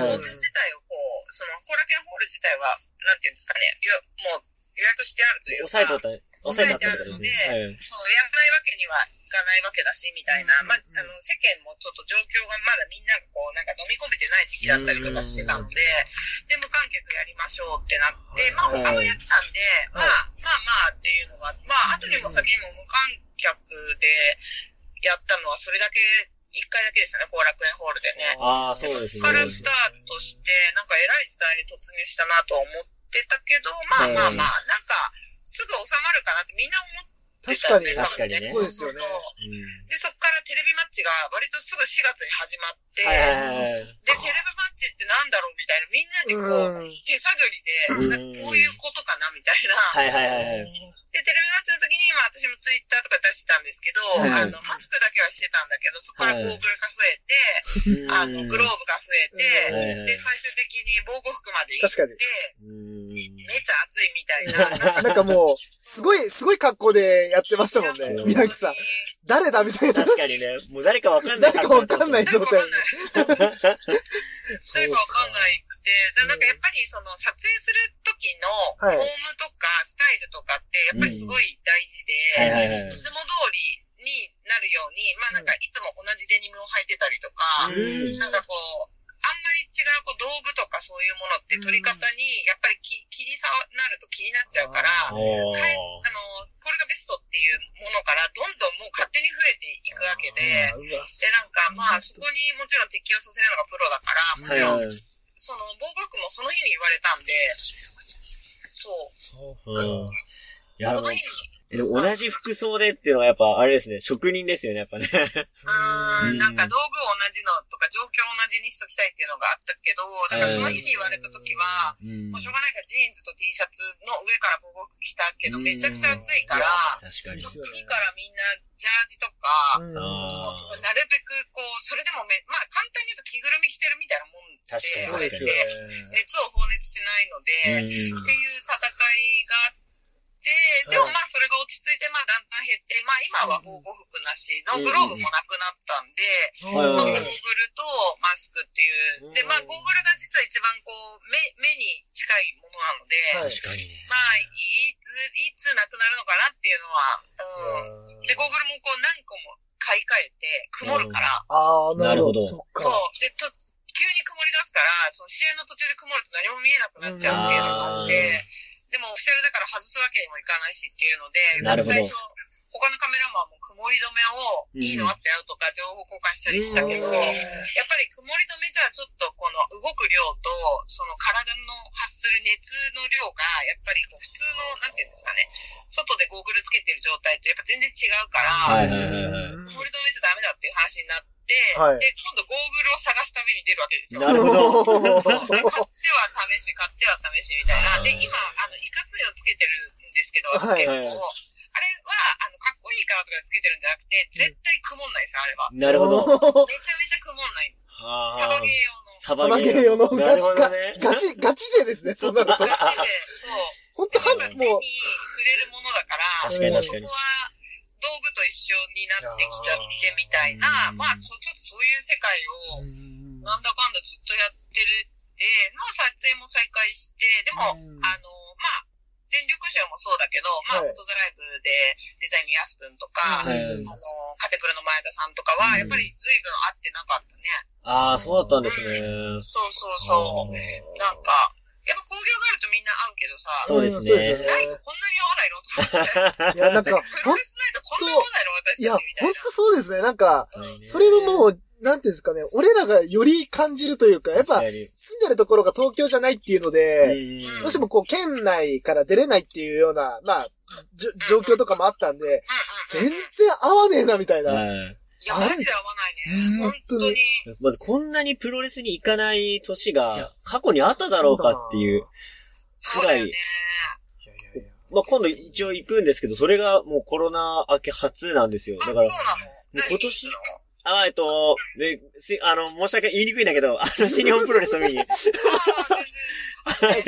S3: たん
S2: はい
S3: で、まあ当日自体をこう、その、後楽園ホール自体は、なんていうんですかね、よもう予約してあるという
S2: 抑
S3: か、
S2: えとった、抑えとったってことですね。はいはい
S3: そのやらないわけにはいかないわけだし、みたいな。
S1: うん
S3: まあ、あの、世間もちょっと状況がまだみんながこう、なんか飲み込めてない時期だったりとかしてたので、で、無観客やりましょうってなって、ま
S2: は
S3: あ、
S2: い
S3: 他もやってたんで、まあ、まあまあっていうのが、まあ、後にも先にも無観客でやったのは、それだけ、一回だけでしたね、後楽園ホールでね。
S2: ああ、そうです
S3: そっから
S2: ね。
S3: スタートして、なんか偉い時代に突入したなとは思ってたけど、まあまあまあ、なんか、すぐ収まるかなってみんな思って
S1: 確か
S3: たん
S1: に
S3: で。
S2: 確かにね
S3: 多
S1: そうですよ
S3: 分
S1: ね。
S2: うん
S3: で、そっからテレビマッチが割とすぐ4月に始まって、
S2: はいはいはい。
S3: で、テレビマッチってなんだろうみたいな、みんなでこ
S1: う
S3: う、
S1: ん。
S3: 手探り
S2: うん
S3: で、なんかこういうことかなみたいな。
S2: はいはいはいはい。
S3: で、テレビマッチの時に、まあ私もツイッターとか出してたんですけど、
S2: はい
S3: あの、マスクだけはしてたんだけど、そこからゴーグルが増えて、あの、グローブが増
S1: うん
S2: はいはい
S3: えて、で、最終的に防護服まで行っ
S1: 確かに。
S3: て、
S2: うん
S3: めちゃ暑いみたいな。
S1: なんかもう、すごい、すごい格好でやってましたもんね。宮城さん。誰だみたいな。
S2: 確かにね、もう誰かわかんない。
S1: 誰かわかんない
S3: な
S1: 状
S3: んかわ
S1: 態
S3: かん。 ない。
S1: そう
S3: 誰かわかんないくて、でなんかやっぱりその撮影する時のフォ
S1: はい
S3: ームとかスタイルとかってやっぱりすごい大事
S2: はいは
S3: で、
S2: いはい。
S3: いつも通りになるように、まあなんかいつも同じデニムを履いてたりとか、
S2: うん
S3: なんかこう、あんまり違うこう道具とかそういうものって取り方にやっぱり気気にさなると気になっちゃうから、
S2: お
S3: あの、
S2: ー
S3: これがベストっていうものからどんどんもう勝手に増えていくわけで、
S1: あーうわ
S3: で、なんか、まあ、そこにもちろん適用させるのがプロだから、も
S2: はいはい、。
S3: ちろんその、防護服もその日に言われたんで、そう。
S1: そう
S2: うん
S1: か。
S2: いや、
S3: そ
S2: でも
S3: の日に、
S2: えでも同じ服装でっていうのはやっぱ、あれですね、職人ですよね、やっぱね。
S3: う
S2: うん
S3: ん、なんか道具を同じのとか、状況を同じにしときたいっていうのがあったけど、だからその日に言われた時は、
S2: うん
S3: もうしょ
S2: 確
S3: うがないからジーンズと T シャツの上から防護服着たけど、めちゃくちゃ暑いから、
S2: かに。
S3: 次からみんなジャージとか、
S1: うん
S2: あー
S3: なるべくこう、それでもめ、まあ簡単に言うと着ぐるみ着てるみたいなもんで、
S2: 確かに
S1: そうですよね。
S3: 熱を放熱しないので、
S2: うん
S3: っていう戦いがあって、でもまあそれが落ち着いて、まあだんだん減って、まあ今は防護服なしのグローブもなくなったんで、
S2: うんうん
S3: まあゴーグルとマスクっていうう。
S2: ん
S3: で、まあゴーグルが実は一番こう、目、目に近いものなので、
S1: はい
S2: 確かにね。
S3: まあ、いずなくなるのかなっていうのは、うん。で、ゴーグルもこう何個も買い替えて、曇るから、
S1: ああ、なるほど。
S2: なる
S1: そ
S2: ほど
S1: っ
S3: そ
S1: か
S3: う。。で、と、急に曇り出すから、その試合の途中で曇ると何も見えなくなっちゃうっていうのがあって、でもオフィシャルだから外すわけにもいかないしっていうので、
S2: なるほど
S3: 最初、他のカメラマンも曇り止めをいいのあったよとか情報交換したりしたけど、
S1: うん
S3: やっぱり曇り止めじゃちょっとこの動く量と、その体の発する熱の量が、やっぱりこう普通の、なんていうんですかね、外でゴーグルつけてる状態とやっぱ全然違うか
S2: は
S3: ら、
S2: いはいはいはい。
S3: 曇り止めじゃダメだっていう話になって、
S1: はい
S3: で、今度ゴーグルを探すために出るわけですよ。
S2: なるほど
S3: 買っては試し、買っては試しみたいな。で、今、あの、いかついをつけてるんですけど、
S1: はい
S3: 私結構。
S2: はいはい
S3: あれは、あの、かっこいいからとかでつけてるんじゃなくて、絶対曇んないですよ、あれは。
S2: なるほ ど。
S1: ど。
S3: めちゃめちゃ曇んない。
S2: は
S3: サバゲー用の。
S1: サ
S2: サ
S1: バゲー用の
S2: なるほどね。
S1: ガチ、ガチ勢ですね、そんなのと。
S3: ガチで、そう。
S1: ほんと、
S3: や
S1: は
S3: っぱ手に
S1: もう、
S3: 触れるものだから、
S2: 確
S1: かに
S2: 確かに
S3: そこは道具と一緒になってきちゃってみたいな、
S2: うん
S3: まあ、そうちょっとそういう世界を、なんだかんだずっとやってるって、まあ、撮影も再開して、でも、
S4: うん
S3: あの、まあ、全力賞もそうだけど、まあ、
S1: はい
S3: フォトザライブでデザインのやすくんとか、
S2: はい
S3: あの、カテプロの前田さんとかは、やっぱり随分会ってなかったね。
S2: ああ、そうだったんですね。
S3: そうそうそう。なんか、やっぱ興行があるとみんな会うけどさ、
S2: そうですね
S1: んそうで
S3: ないとこんなに会わないのと思って。
S1: すね。いや、なんか、
S3: プ
S1: ほ
S3: ロ
S1: ん
S3: レスないとこんなもんないの私
S1: いや、
S3: た
S1: ほ
S3: ちみたい
S1: ん
S3: な。
S1: とそうですね。なんか、
S2: そうね
S1: それはもう、なんていうんですかね、俺らがより感じるというか、やっぱ、
S2: 確かに
S1: 住んでるところが東京じゃないっていうので、
S2: うん
S1: どうしてもこう、県内から出れないっていうような、まあ、じょ状況とかもあったんで、
S3: うんうん
S1: 全然合わねえな、みたいな。
S2: はい
S3: いや、マジで合わないね。
S1: 本
S3: 本
S1: 当
S3: 当
S1: に
S3: に。
S2: まずこんなにプロレスに行かない年が過去にあっただろうかっていう。
S3: そうだよね。
S4: いやいやいや
S2: まあ、今度一応行くんですけど、それがもうコロナ明け初なんですよ。
S3: あ、そ
S2: だか
S3: うな
S2: ら
S3: の、
S2: 今年
S3: 何行くの
S2: あ、えっと、で、すあの、申し訳、言いにくいんだけど、あ の、新日本プロレスを見に。
S3: あー全然。そうそう、あのね、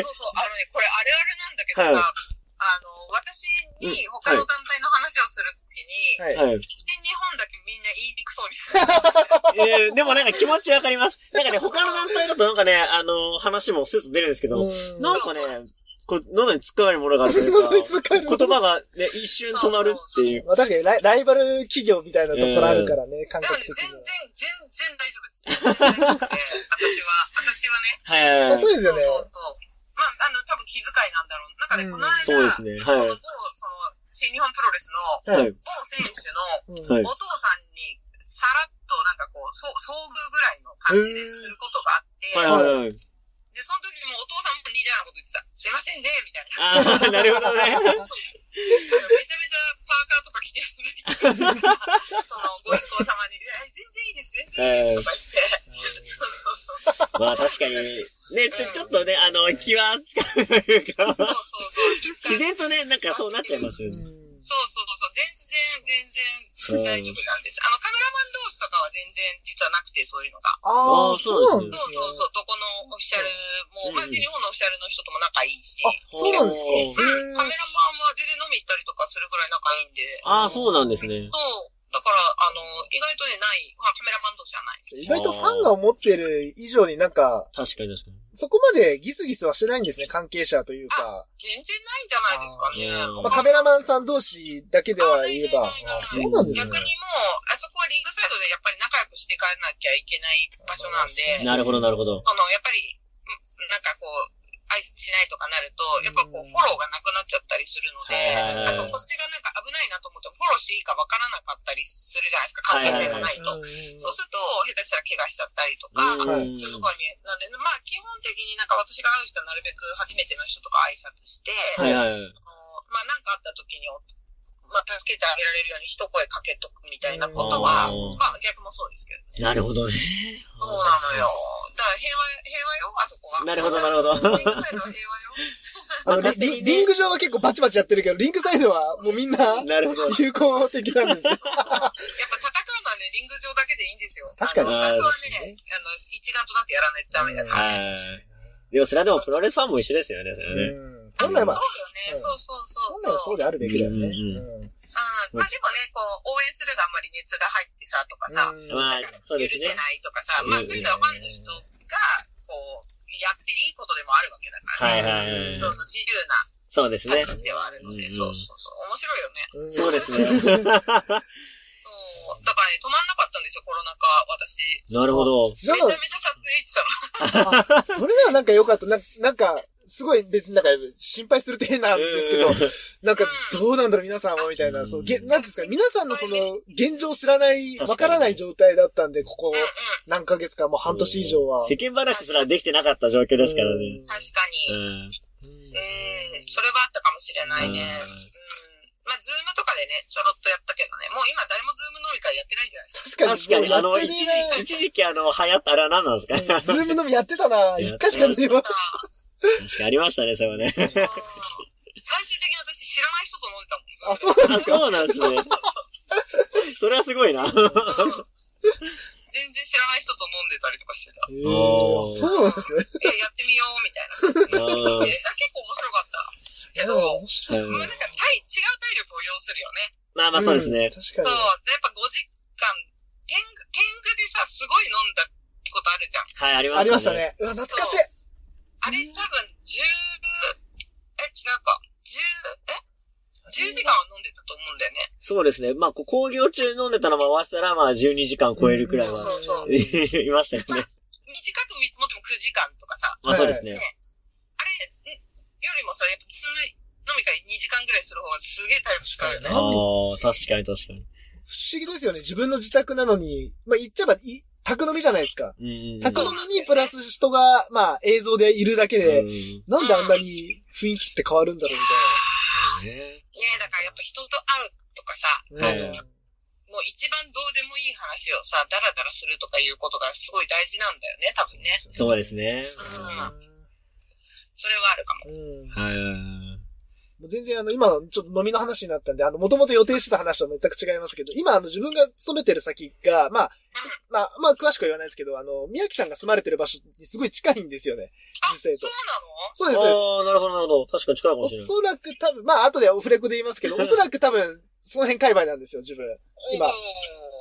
S3: これあれあれなんだけど
S2: はい
S3: さ、あの、私に他の団体の話をするときに、
S1: はい。
S2: はい。
S3: 全日本だけみんな言いにくそうみたいな。
S2: えーでもなんか気持ちわかります。なんかね、他の団体だとなんかね、あの、話もスッと出るんですけど、
S1: うん
S2: なんかね、こう、喉に突っかかるものがあるというか、
S1: 喉に突っかかるもの
S2: 言葉がね、一瞬止まるっていう。
S1: まあ確かにライライバル企業みたいなところあるからね、感
S3: なの
S1: 覚
S3: で
S1: 的
S3: 全
S1: に
S3: 然
S1: は。、
S3: 全然大丈夫です。全然大丈夫です私は、私は
S2: はい
S3: ね、
S2: はい
S1: まあ
S2: はい
S1: そう。ですよね。
S3: そうそうそう。まあ、あの、多分気遣いなんだろう。なんかね、
S1: うん
S3: この間、
S2: そうですね。は
S3: その某、その、新日本プロレスの
S2: い。はい。
S3: 某選手
S1: うん
S2: はい
S3: のお父さんに、さらっとなんかこう、そう遭遇ぐらいの感じですることがあって、
S2: はいはいはい。
S3: で、その時にもうお父さんも似たようなこと言ってた。すいませんね、みたい
S2: ああ、な
S3: な。あ
S2: るほどね。
S3: のめちゃめちゃパーカーとか着てるのにその、ご一行様に、いや全然いいです、全然いい
S2: はい
S3: です、とか言って。そうそうそう。
S2: まあ確かに、ね、ちょ、ちょっとね、あの、気は使うという
S3: そ
S2: か、
S3: うそうそう。
S2: 自然とね、なんかそうなっちゃいますよね。
S3: そうそうそう、全然、全然大丈夫なんです。あの、カメラマン同士とかは全然実はなくて、そういうのが。
S1: あ
S2: あ
S1: あ、
S2: ー
S1: そうな
S2: そうんな
S1: で
S2: んです
S3: そう
S1: ね。
S3: そうそう、どこのオフィシャル
S2: う
S3: も、
S2: ん
S3: まあ、日本のオフィシャルの人とも仲いいし、
S1: あ、そうなんですか。
S2: うん
S3: うん、カメラマン
S1: へえ
S3: は全然飲み行ったりとかするぐらい仲いいんで、
S2: ああ、そうなんですね。
S3: そう、だから、あの、意外とね、ない、まあ、カメラマン同士はない。
S1: 意外とファンが思ってる以上になんか、
S2: 確かに確かに。
S1: そこまでギスギスはしてないんですね、関係者というか。
S3: 全然ないんじゃないですかね
S2: あー。
S1: まあ、カメラマンさん同士だけでは言えば。あそうなんです
S3: 逆
S1: ね。
S3: にもう、あそこはリングサイドでやっぱり仲良くしていかなきゃいけない場所なんで、
S2: なるほど、なるほど。
S3: その、やっぱり、んなんかこう、挨拶しないとかなると、やっぱ
S1: う
S3: こ
S1: ん
S3: う、フォローがなくなっちゃったりするので、
S2: はい
S3: あとこっちがなんか危ないなと思っても、フォローしていいかわからなかったりするじゃないですか、関係性がないと。そうすると、下手したら怪我しちゃったりとか、
S2: うん
S1: はい
S3: そういうところに、なんで、まあ、基本的になんか私が会う人はなるべく初めての人とか挨拶して、
S2: はいはいはい。
S3: あのまあ、なんかあった時にお、まあ、助けてあげられるように一声かけとくみたいなことは、
S2: うん
S3: まあ、逆もそうですけど
S2: な
S3: ね。
S2: るほどね。
S3: そうなのよ。だから平和、平和よ、あそこは。
S2: なるほどなるほど
S3: リングサイドは平和よ。
S1: あのリリリング上は結構バチバチやってるけど、リングサイドはもうみんな
S2: なるほど。
S1: 友好的なん ですね。
S3: やっぱ戦うのはね、リング上だけでいいんですよ。
S1: 確かに
S3: あの最初は
S2: あー確かにね
S3: ね、あの、一丸となってやらないとダメだから。
S2: はい。でもそれはでもプロレスファンも一緒ですよね、それはね。
S1: うん本来は、
S3: そうよね、そうそう
S1: 本来
S3: そう
S1: は
S3: そ
S1: そう
S3: う。うん。
S1: であるべきだよね。
S2: うんうん
S1: うん
S3: まあでもね、こう、応援するがあんまり熱が入ってさ、とかさ、
S2: まあ、そう
S3: 許
S2: です
S3: せ
S2: ね。
S3: ないとかさ、まあそういうのはファンの人が、こう、やっていいことでもあるわけだか
S2: は
S3: ら、
S2: いはいはい
S3: そうそう自由な。
S2: そうですね。
S3: 形ではあるので、
S2: うん
S3: そうそうそう。面白いよね。
S1: うん
S2: そうですね。
S3: そう。だからね、止まんなかったんですよ、コロナ禍、私。
S2: なるほど。
S1: じゃ
S3: めちゃめちゃ撮影行ってたの。
S1: あ、それならなんか良かった。ななんか、すごい別になんか心配するって変なんですけど、なんかどうなんだろう皆さんはみたいな、そう、げ、なんですか、皆さんのその現状知らない、わ
S2: 確か
S1: か
S2: に
S1: らない状態だったんで、ここ
S3: うんうん。
S1: 何ヶ月か、もう半年以上は。
S2: 世間話すらできてなかった状況ですからね。
S3: 確か
S2: う
S3: に。
S2: ん。
S3: うん。それはあったかもしれないね。
S2: うん
S3: うん。まあ、ズームとかでね、ちょろっとやったけどね。もう今誰もズーム飲み会やってないじゃない ですか。
S1: 確かに。
S2: 確かに、あの、
S1: やって
S2: 一
S1: ね
S2: 時、一時期あの、流行ったあれは何なんですか
S1: えなズームのみやってたな。一回しかねえわ。
S3: さあ
S2: 確かありましたね、それはね。
S3: 最終的に私知らない人と飲んでたも
S1: あ、そ
S3: ん。
S1: う なんで
S2: あ、
S1: すか。
S2: そうなんですね。それはすご いな。
S3: 全然知らない人と飲んでたりとかして た。
S1: えー、そうなんですね。
S3: え、やってみよう、みたいな。
S2: うん
S3: えあ結構面白かった。け
S1: で
S3: ど、
S1: も面白い。
S3: まあ、なんか体、違う体力を要するよね。
S2: まあまあそうですね。
S1: 確
S3: そう。
S1: か
S3: でやっぱ5時間、天狗、天狗でさ、すごい飲んだことあるじゃん。
S2: はい、ありま
S1: に。
S2: したね。
S1: ありました。ね。うわ、懐かしい。
S3: あれ多分10、え、違うか。10、え ?10 時間は飲んでたと思うんだよね。
S2: そうですね。まあ、こう工業中飲んでたのも合わせたら、まあ、12時間超えるくらい
S3: そう
S2: は、
S3: そうそう。
S2: いましたよね。
S3: 短く見積もっても9時間とかさ。
S2: まあそうですね。
S3: あれ、んよりもさ、やっぱ普通の飲み会2時間ぐらいする方がすげえ体力使うよね。
S2: ああ、確かに確かに。
S1: 不思議ですよね。自分の自宅なのに、まあ、言っちゃえば、い宅飲みじゃないですか。
S2: うんうん。
S1: 宅飲みにプラス人が、まあ、映像でいるだけで、
S2: うん
S1: なんであんなに雰囲気って変わるんだろう
S2: ね
S3: ねえ、だからやっぱ人と会うとかさ、
S1: みたいな。
S2: ね
S3: もう一番どうでもいい話をさ、ダラダラするとかいうことがすごい大事なんだよね、多分ね。
S2: そうですね。
S3: それはあるかも。
S1: うんうんも
S2: はい。
S1: う全然あの、今のちょっと飲みの話になったんで、あの、もともと予定してた話と全く違いますけど、今あの、自分が勤めてる先が、まあ、まあ、まあ、詳しくは言わないですけど、あの、宮城さんが住まれてる場所にすごい近いんですよね。
S3: あ、
S1: 実際と
S3: そ
S1: そう
S3: うなの
S1: です、そうです。
S2: ああ、なるほど、なるほど。確かに近いかも
S1: お
S2: しれない。
S1: そらく多分、まあ、後でオフレコで言いますけど、おそらく多分、その辺界隈なんですよ、自分。今
S3: おー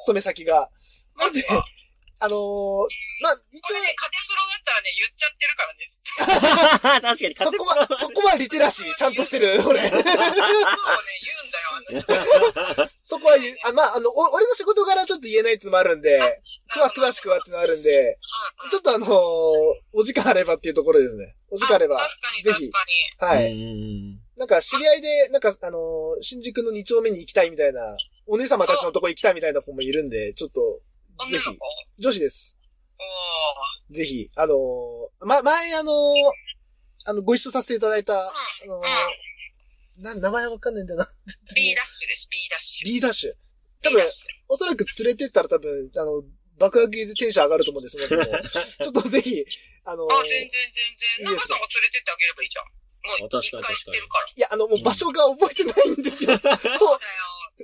S1: 勤め先が。なんで、あのーまあ、一
S3: これね、家庭プロだったらね、言っちゃってるからね。
S2: 確かに
S1: 応、そこは、そこはリテラシーちゃんとしてる、俺。
S3: そうね、言うんだよ、あの人。
S1: そこは言う、あ、まあ、あの、お俺の仕事柄ちょっと言えないってのもあるんで、詳 詳しくはってのあるんで、
S3: うんうん
S1: ちょっとあのーお時間あればっていうところですね。お時間あれば
S3: あ。確かに、
S1: ぜ
S3: 確
S1: ひ
S3: かに。
S1: はい。
S2: うんうんうん
S1: なんか、知り合いで、なんか、あのー新宿の2丁目に行きたいみたいな、お姉様たちのとこ行きたいみたいな子もいるんで、ちょっと、ぜ
S3: 女の
S1: ひ
S3: 子、
S1: 女子です。
S3: おー。
S1: ぜひ、あのーま、前あのーあの、ご一緒させていただいた、あのーな、名前わかんないんだよな。
S3: B ダッシュです、B ダッシュ。
S1: B ダッシュ。多
S3: B
S1: 分
S3: ダッ、シュ。
S1: おそらく連れてったら多分、あの、爆上げでテンション上がると思うん ですけど、ちょっとぜひ、あのー
S3: あ、全然
S1: いい
S3: 全然。なん
S1: です
S3: か
S1: か
S3: さんが連れてってあげればいいじゃん。もう、
S2: 確
S3: 一
S2: かに
S3: 回行ってるから。
S1: いや、あの、もう場所が覚えてないんです よ。と、
S3: そうだよ。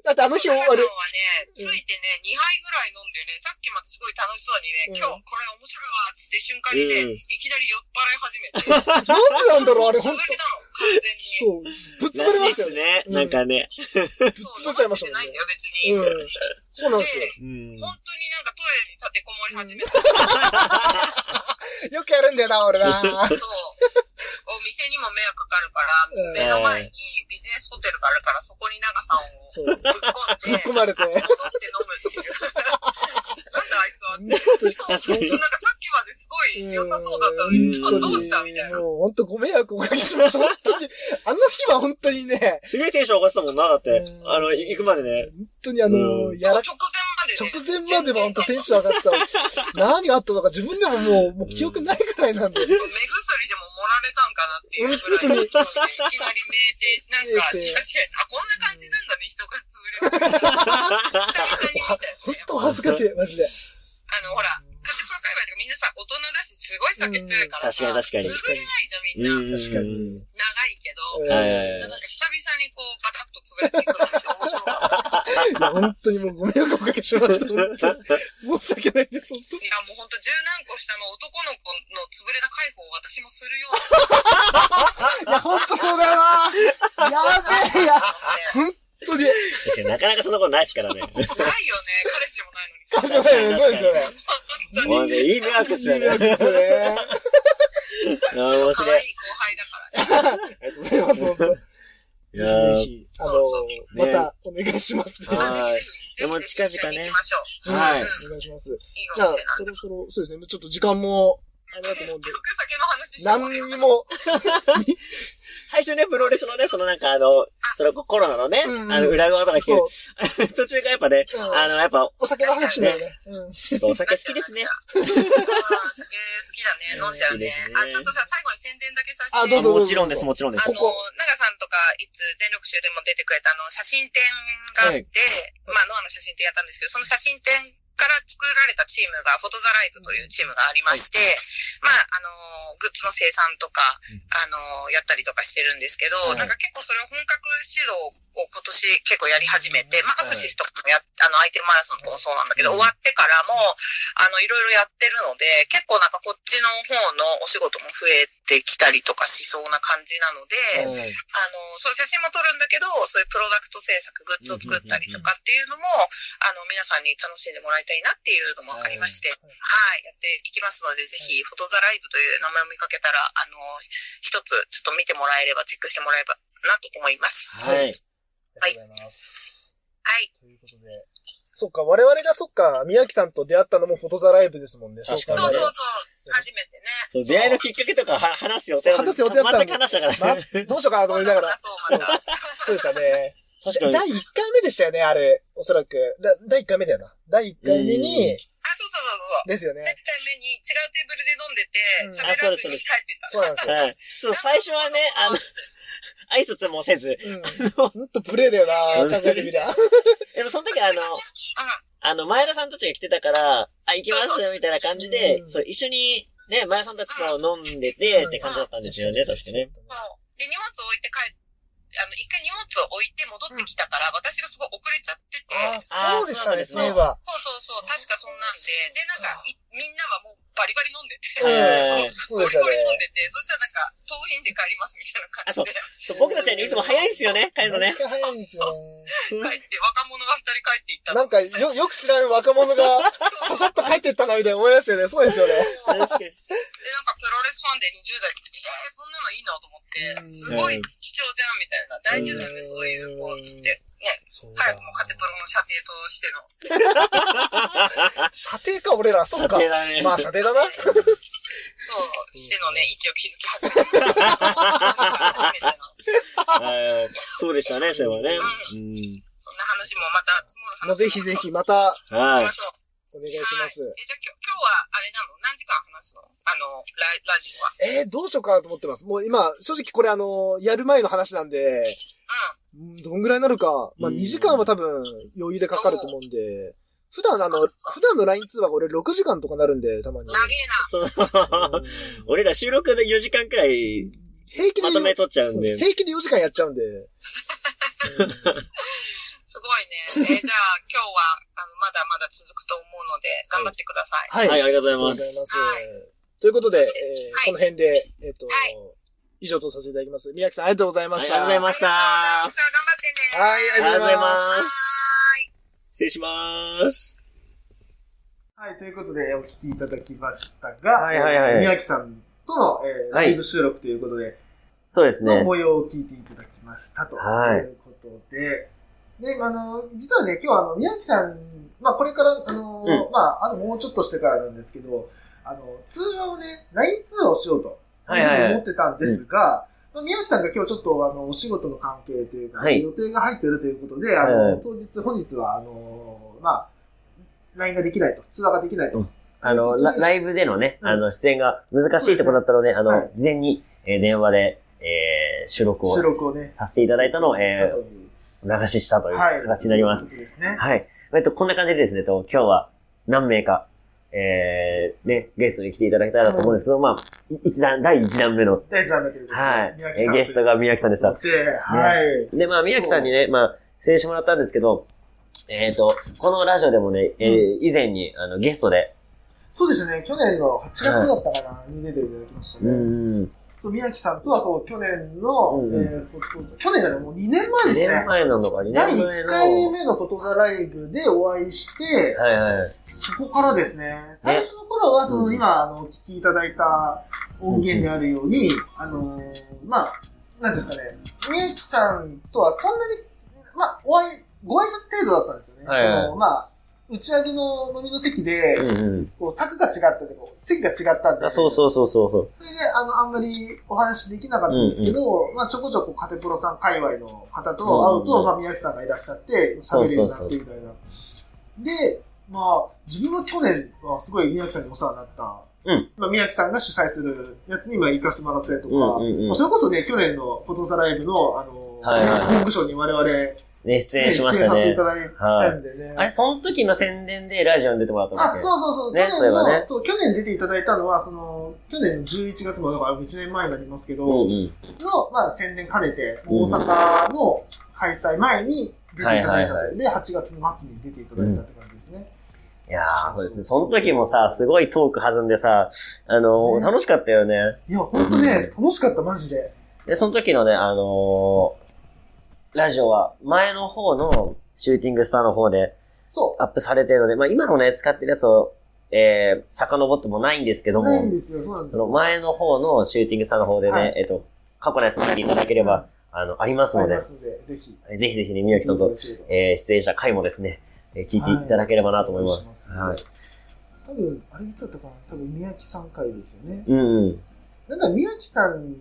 S1: だってあの日終わ
S3: は
S1: る。
S3: ね、ついてね、2杯ぐらい飲んでね、さっきまですごい楽しそうに
S1: うん
S3: ね、今日これ面白いわーっつって瞬間にね、
S2: うん
S3: いきなり酔っ払い始めて、
S1: なんでなんだろう、あれ、
S3: 潰
S1: ほん
S3: れ
S1: と。
S3: たの、完全に。
S1: そう。ぶっ潰
S2: ら
S1: れ
S2: しい
S1: ま
S2: で
S1: したよ
S2: す
S1: ね。
S2: ね。なんかね。
S1: ぶっ
S3: そう
S1: 潰れちゃいましたもんね
S3: 飲んで。ないんだよ、別
S1: う
S3: に。
S1: ん。そうなんですよ。
S2: うん
S3: 本当になんかトイレに立てこもり始めた。そう。
S1: よくやるんだよな、俺な。
S3: お店にも迷惑かかるから、
S1: うん
S3: 目の前にビジネスホテルがあるから、そこに長さんを
S1: そう。
S3: ぶっ込ん
S1: ぶっ 込ま
S3: で、
S1: れて。
S3: 戻って飲むっていう。なんであいつはって。
S2: 確かに
S3: なんかさっきまですごい良さそうだったのに、今
S2: うん
S3: どうしたみたいな。
S1: もう本当ご迷惑おかけしました。本当に。あの日は本当にね、
S2: すげえテンション上がってたもんな、だって
S1: う。ん
S2: あの、行くまでね。
S1: 本当にあの、
S2: うん
S1: やら、
S3: 直前まで
S1: 直
S3: ね。
S1: 前までは本当テンション上がってた。何があったのか自分でももう、もう記憶ないくらいなんで。
S3: 目薬でも盛られたんかなっていうぐらいの勢いで、いきなり見えて、なんか、
S1: 見えて
S3: 確かに、あ、こんな感じなんだね、人が潰れる。久々に見たよ
S1: 本
S3: ね。
S1: 当恥ずかしい、マジで。
S3: あの、ほら、家族界隈とかみんなさ、大人だし、すごい酒強いからさ、
S2: うん確かに確
S3: 潰
S1: かに
S3: れないじゃん、みんな。
S2: うん
S1: 確かに。
S3: 長いけど、
S2: は
S1: え
S2: い
S1: ー
S2: はいはい
S3: なんか久々にこう、バタッと潰れていくのって面白かった。
S1: いや、本当にもうご迷惑おかけしました。本当に申し訳ないです、本当に。
S3: いや、もうほんと十何個下の男の子の潰れた解放を私もするよう
S1: いや、本当そうだよなやべえ、いや、
S3: な
S1: 本当に。
S2: 確かになかなかそんなことないですからね。
S3: ので、ないよね。彼氏でもないのにさ。
S1: そうですよね。
S2: もうね、いい迷惑ですよね。
S1: そうですよね。
S2: あー面
S3: 可
S2: 白い
S3: 愛。い後輩だからね。
S1: ありがとうございます。ます、本当
S2: い
S1: ぜ
S2: やー
S1: ひぜひ、あの
S3: そうそう
S2: ね
S1: またお願いします、ね。
S2: は
S1: はい
S3: ぜひぜひ
S2: でも近々ね
S3: 行きましょう。
S2: はい。
S1: お願いします。
S3: いいお
S1: じゃあ
S3: 店、なん
S1: そ
S3: で。
S1: ろそろ、そうですね、ちょっと時間も、あれだと思うんで
S3: 結、局酒の話して
S1: 何
S3: もらえ
S1: に
S3: ます
S1: も、
S2: 最初ね、プロレスのね、そのなんかあの、そのコロナのね、
S1: うん
S2: あの、裏側とか来て
S1: そう
S2: る。、 途中がやっぱね
S1: うん、
S2: あの、やっぱ、
S1: お酒の話だよね。うん。
S2: お酒好きです ね。
S3: あー酒好きだね。飲んじゃう
S2: 好き
S3: ね。
S2: ですね
S3: あ、ちょっとさ、最後に宣伝だけさせて。
S1: あどうぞ
S2: もちろんです、もちろんで
S3: あ
S2: す
S3: の、
S1: こ。こ
S3: 長さんとか、いつ全力集でも出てくれたあの、写真展があって、まあ、ノアの写真展やったんですけど、その写真展から作られたチームが、フォトザライブというチームがありまして、まあ、あの、グッズの生産とか、あの、やったりとかしてるんですけど、
S2: はい
S3: なんか結構それを本格指導を今年結構やり始めて、まあ、ア
S2: はい
S3: クシスとかもやっ、あの、相手マラソンとかもそうなんだけど、終わってからも、あの、いろいろやってるので、結構なんかこっちの方のお仕事も増えてきたりとかしそうな感じなので、
S2: うん
S3: あの、そういう写真も撮るんだけど、そういうプロダクト制作、グッズを作ったりとかっていうのも、あの、皆さんに楽しんでもらいたいなっていうのも分かりまして、はい、やっていきますので、ぜひ、フォトザライブという名前を見かけたら、あの、一つ、ちょっと見てもらえれば、チェックしてもらえればなと思います。
S2: はい。
S1: ありがとうございます。
S3: はい。
S1: ということで。そっか、我々がそっか、宮城さんと出会ったのもフォトザライブですもんね。
S2: 確
S1: そ
S2: か
S1: う
S2: に
S3: そ
S1: 考えれば
S3: うそうそう、初めてね。
S2: そう、出会いのきっかけとかは話す予定だ
S1: 話す予定だったんだ
S2: 全く話したから。確
S1: まどうしようかなと思いながら。
S3: そう、また。
S1: そうでしたね。
S2: か
S1: 第1
S2: に。
S1: 回目でしたよね、あれ。おそらく。だ第1回目だよな。第1回目に、
S3: あ、そうそうそうそう。
S1: ですよね。
S3: 1回目に違うテーブルで飲んでて、
S1: うん
S3: 喋らずに帰ってた。
S1: そうなんですよ。
S2: はい。そう、最初はね、あの、挨拶もせず。
S1: うん。ほんとプレイだよな、考えてみりゃ。
S2: でもその時あの、
S3: うん。
S2: あの、前田さんたちが来てたから、あ、行きますみたいな感じで
S1: う、ん
S2: そう、一緒に、ね、前田さんたちと飲んでて、って感じだったんですよね、確かね。
S3: そう。で、荷物置いて帰っあの、一回荷物を置いて戻ってきたから、私がすごい遅れちゃってて。
S1: あー、そうでしたね、そ
S2: そ
S1: うう
S2: ない
S1: え
S2: んで
S1: ば。
S3: そうそうそう、確かそんなんで、で、なんか、いみんなはもうバリバリ飲んでて、
S2: はい
S1: そ
S3: ゴ
S1: う
S3: リ
S1: でした
S3: ゴ
S1: ね
S3: リ飲んでて、そしたらなんか、遠いんで帰りますみたいな感じ
S2: そ
S3: で、
S2: う僕たちはね、いつも早いんですよね、帰るの
S1: め
S2: ね。
S1: っちゃ早いんですよね。
S3: 帰って、若者が二人帰っていった
S1: なんか、よ、よく知らん若者が、ささっと帰ってったな、みたいな思いましたよね。そうですよね。
S2: 確かに。
S3: で、なんかプロレスファンで20代って、えー、そんなのいいのと思って、すごい貴重じゃんみたいな。大事だよね、そういう、こう、つって。ね、
S1: そう
S3: 早くもカテプロの射程としての。
S1: 射程か、俺ら。そっか
S2: 射程だね。
S1: まあ、射程だな。
S3: そう、してのね、位置を気づき始めた。
S2: はいそうでしたね、それはね。うん。
S3: そんな話もまた、積もる話
S1: もうぜひぜひ、また、
S2: はい
S3: しま。しょう。
S1: お願いします。
S3: はい。え、じゃあ今日、今日は、あれなの何時間話すのあの、ララジオは。
S1: えー、どうしようかなと思ってます。もう今、正直これあの、やる前の話なんで、
S3: うん。
S1: うんどんぐらいになるか。まあ、
S2: うん
S1: 2時間は多分、余裕でかかると思うんで、普段あの、普段の LINE 通話が俺6時間とかなるんで、たまに。
S3: 長えな。
S2: そう。
S1: うん
S2: 俺ら収録で4時間くらい
S1: 平気で
S2: まとめ取っちゃうんで。
S1: 平気で4時間やっちゃうんで。
S3: すごい ね。え、じゃあ今日は、あの、まだまだ続くと思うので、頑張ってくださ
S1: は
S3: い。
S1: い。
S2: はい、ありがと
S1: ありがとうご
S2: うご
S1: ざ
S2: ざ
S1: い
S2: い
S1: ま
S2: ますす。。
S1: ということで、えー
S3: はい
S1: この辺で、えっ、と、
S3: はい
S1: 以上とさせていただきます。宮城さん、ありがとうございました。
S2: ありがとうございま
S3: ありがとうございました。
S2: した。
S3: 頑張ってね。
S1: はい、ありがとうございます。
S2: ありがとうございます
S3: はーい。
S2: 失礼します。
S5: はい、ということで、お聞きいただきましたが、
S2: はいはいはい
S5: えー宮城さんとの、えー
S2: はい
S5: ライブ収録ということで、
S2: そうです
S5: の
S2: ね。
S5: 模様を聞いていただきましたと
S2: はい
S5: いうことで、で、あの、実はね、今日はあの、宮城さん、まあ、これから、あの、
S2: うん
S5: まあ、あの、もうちょっとしてからなんですけど、あの、通話をね、LINE 通話をしようと、
S2: はいはいはい
S5: 思ってたんですが、まあ宮城さんが今日ちょっと、あの、お仕事の関係というか、
S2: はい
S5: 予定が入っているということで、あ
S2: はいは
S5: の、
S2: い
S5: 当日、本日は、あの、まあ、LINE ができないと、通話ができないと。
S2: うんあの、ラライブでのね、あの、出演が難しいところだったので、あ
S5: はい
S2: の、事前に、えー電話で、えー収録を
S5: 収録をね、
S2: させていただいたのを、え
S5: 佐藤
S2: ー流ししたとい
S5: に
S2: う
S5: はい
S2: 形になります。
S5: ということですね。
S2: はい。えっと、こんな感じでですね、と今日は何名か、えー、ね、ゲストに来ていただきたいなと思うんですけど、まあ、い一段、第一弾目の、
S5: 大事なんだけれども
S2: はい。
S5: 宮城
S2: えー
S5: さん
S2: ゲストが宮城さんでした。
S5: で、はい。
S2: で、まあ、宮城さんにね、まあ、出演してもらったんですけど、えっ、と、このラジオでもね、えー以前に、あの、ゲストで、
S5: そうでしたね、去年の8月だったかな、に出ていただきました
S2: う
S5: ね。
S2: ん、2
S5: そう、宮城さんとは、そう、去年の、
S2: うん
S5: えーフォトザ去年じゃない、もう2年前ですね
S2: 年。前なのか、2
S5: 第
S2: 年前
S5: 1
S2: の。
S5: 回目のフォトザライブでお会いして、
S2: はいはい。
S5: そこからですね、最初の頃は、その、
S2: うん
S5: 今、あの、お聞きいただいた音源であるように、あのー、まあ、なんですかね、宮城さんとはそんなに、まあ、お会い、ご挨拶程度だったんですよね。
S2: はいはい
S5: そのまあ、打ち上げの飲みの席で、
S2: うんうん。
S5: こう、柵が違ったというか、席が違ったんで、
S2: あそうそうそうそうそう。
S5: それで、あの、あんまりお話しできなかったんですけど、まあ、ちょこちょこカテプロさん界隈の方と会うと、
S2: うんうん
S5: まあ、宮城さんがいらっしゃって、喋れるようになってみたいな。で、まあ、自分は去年はすごい宮城さんにお世話になった、
S2: うん
S5: まあ、宮城さんが主催するやつに今行かせてもらったりとか、
S2: うんうんうん
S5: まあそれこそね、去年のフォトサライブの、あの、
S2: はいはいはい
S5: 文部省に我々、ね、
S2: ね、出演しまし
S5: 出演
S2: た
S5: させてい
S2: ね
S5: た。だいたんでね。
S2: あれ、その時の宣伝でラジオに出てもらったんだっ
S5: あ、
S2: け
S5: そうそうそう。
S2: ねそう
S5: 去
S2: い
S5: 年
S2: えば
S5: の、
S2: ね
S5: そう、去年出ていただいたのは、その、去年の11月も、だから1年前になりますけど、
S2: うんうん。
S5: の、まあ、宣伝兼ねて、
S2: うん
S5: 大阪の開催前に出ていただいた
S2: はいはい
S5: と。で、8月の末に出ていただいたって感じですね。
S2: いやー、そうですね。その時もさ、すごいトーク弾んでさ、あのー
S5: ね
S2: 楽しかったよね。
S5: いや、ほんとね、楽しかった、マジで。
S2: で、その時のね、あのーラジオは前の方のシューティングスターの方で
S5: そ
S2: アップされてるので、まあ今のね、使ってるやつを、えー、遡ってもないんですけど
S5: う。ないん
S2: も、
S5: ですよ、そうなんで
S2: そ
S5: す
S2: の
S5: よ。
S2: 前の方のシューティングスターの方でね、
S5: はい
S2: えっと、過去のやつを見ていただければ、あの、あります
S5: あ
S2: の
S5: り
S2: で
S5: ま、すので、ぜひ。
S2: ぜひぜひね、宮城さんと、えー、出演者回もですね、えー聞いていただければなと思います。
S5: す
S2: はい
S5: 多分、あれいつだったかな多分、宮城さん会ですよね。
S2: うんうん。
S5: なんだ、宮城さん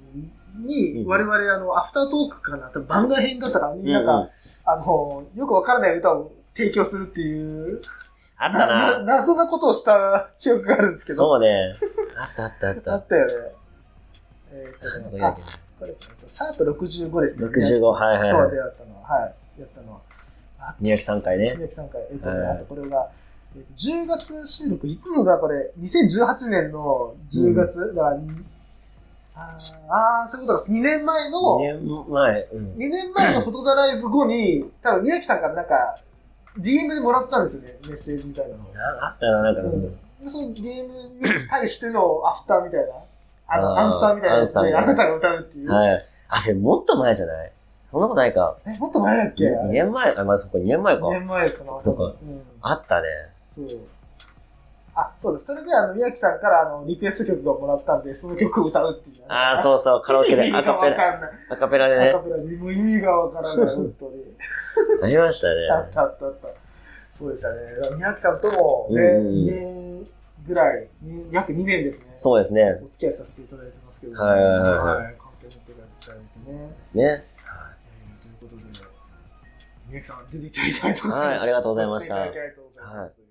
S5: に
S2: う、ん
S5: 我々、あの、アフタートークかな、多分番外編だったから、みんな
S2: うんう
S5: が
S2: ん、
S5: あの、よくわからない歌を提供するっていう、
S2: あった
S5: な
S2: な。
S5: 謎なことをした記憶があるんですけど。
S2: そうね。あったあったあっ
S5: あ
S2: た。
S5: ったよね。えーっとね、あ、これですね、シャープ65ですね。
S2: 65、はいはい
S5: とは
S2: はい。
S5: 出会ったのは、はい、やったのは。あ
S2: 宮城3回ね。
S5: 203回。えーっとね、
S2: はい
S5: あとこれが、えーっと10月収録、いつのだこれ、2018年の10月、だから、あーあー、そういうことです。2年前の、
S2: 2
S5: 2
S2: 年前。うん。
S5: 年前のフォトザライブ後に、多分宮城さんからなんか、DM でもらったんですよね、メッセージみたいなのを。
S2: なあったな、なんか、
S5: う
S2: うんん
S5: で、その DM に対してのアフターみたいな、あの、
S2: あー
S5: アンサーみたいなやつ
S2: アンサーみ
S5: で、
S2: たい
S5: あ
S2: な
S5: なたが歌うっていう。
S2: はい。あ、それもっと前じゃないそんなことないか。
S5: え、もっと前だっけ
S2: 2年前、あ、まあ、そこ2年前か
S5: ?2。年前かな、
S2: そうか
S5: うん。
S2: あったね。
S5: そう。あ、そうです。それで、あの、宮城さんから、あの、リクエスト曲がもらったんで、その曲を歌うっていう。
S2: あー、そうそう、カラオケ
S5: 意
S2: で、
S5: 味
S2: ア
S5: が
S2: カペ
S5: わ
S2: ラ、
S5: かんない。
S2: アカペラで
S5: ア
S2: ね
S5: カ、ペラで、もう意味がわからない、本当に。
S2: ありました
S5: あっ
S2: ね。
S5: たあったあった。そうでしたね。だから宮城さんとも、ね、
S2: うんうん
S5: 2年ぐらい、に約2年ですね。
S2: そうですね。
S5: お付き合いさせていただいてますけど、
S2: はいはいはい
S5: はい関係持っていただいてね。
S2: ですね。
S5: えーということで、宮城さん出ていただきたいと思います。
S2: はいありがとうございました
S5: 出ていただきたいと思います。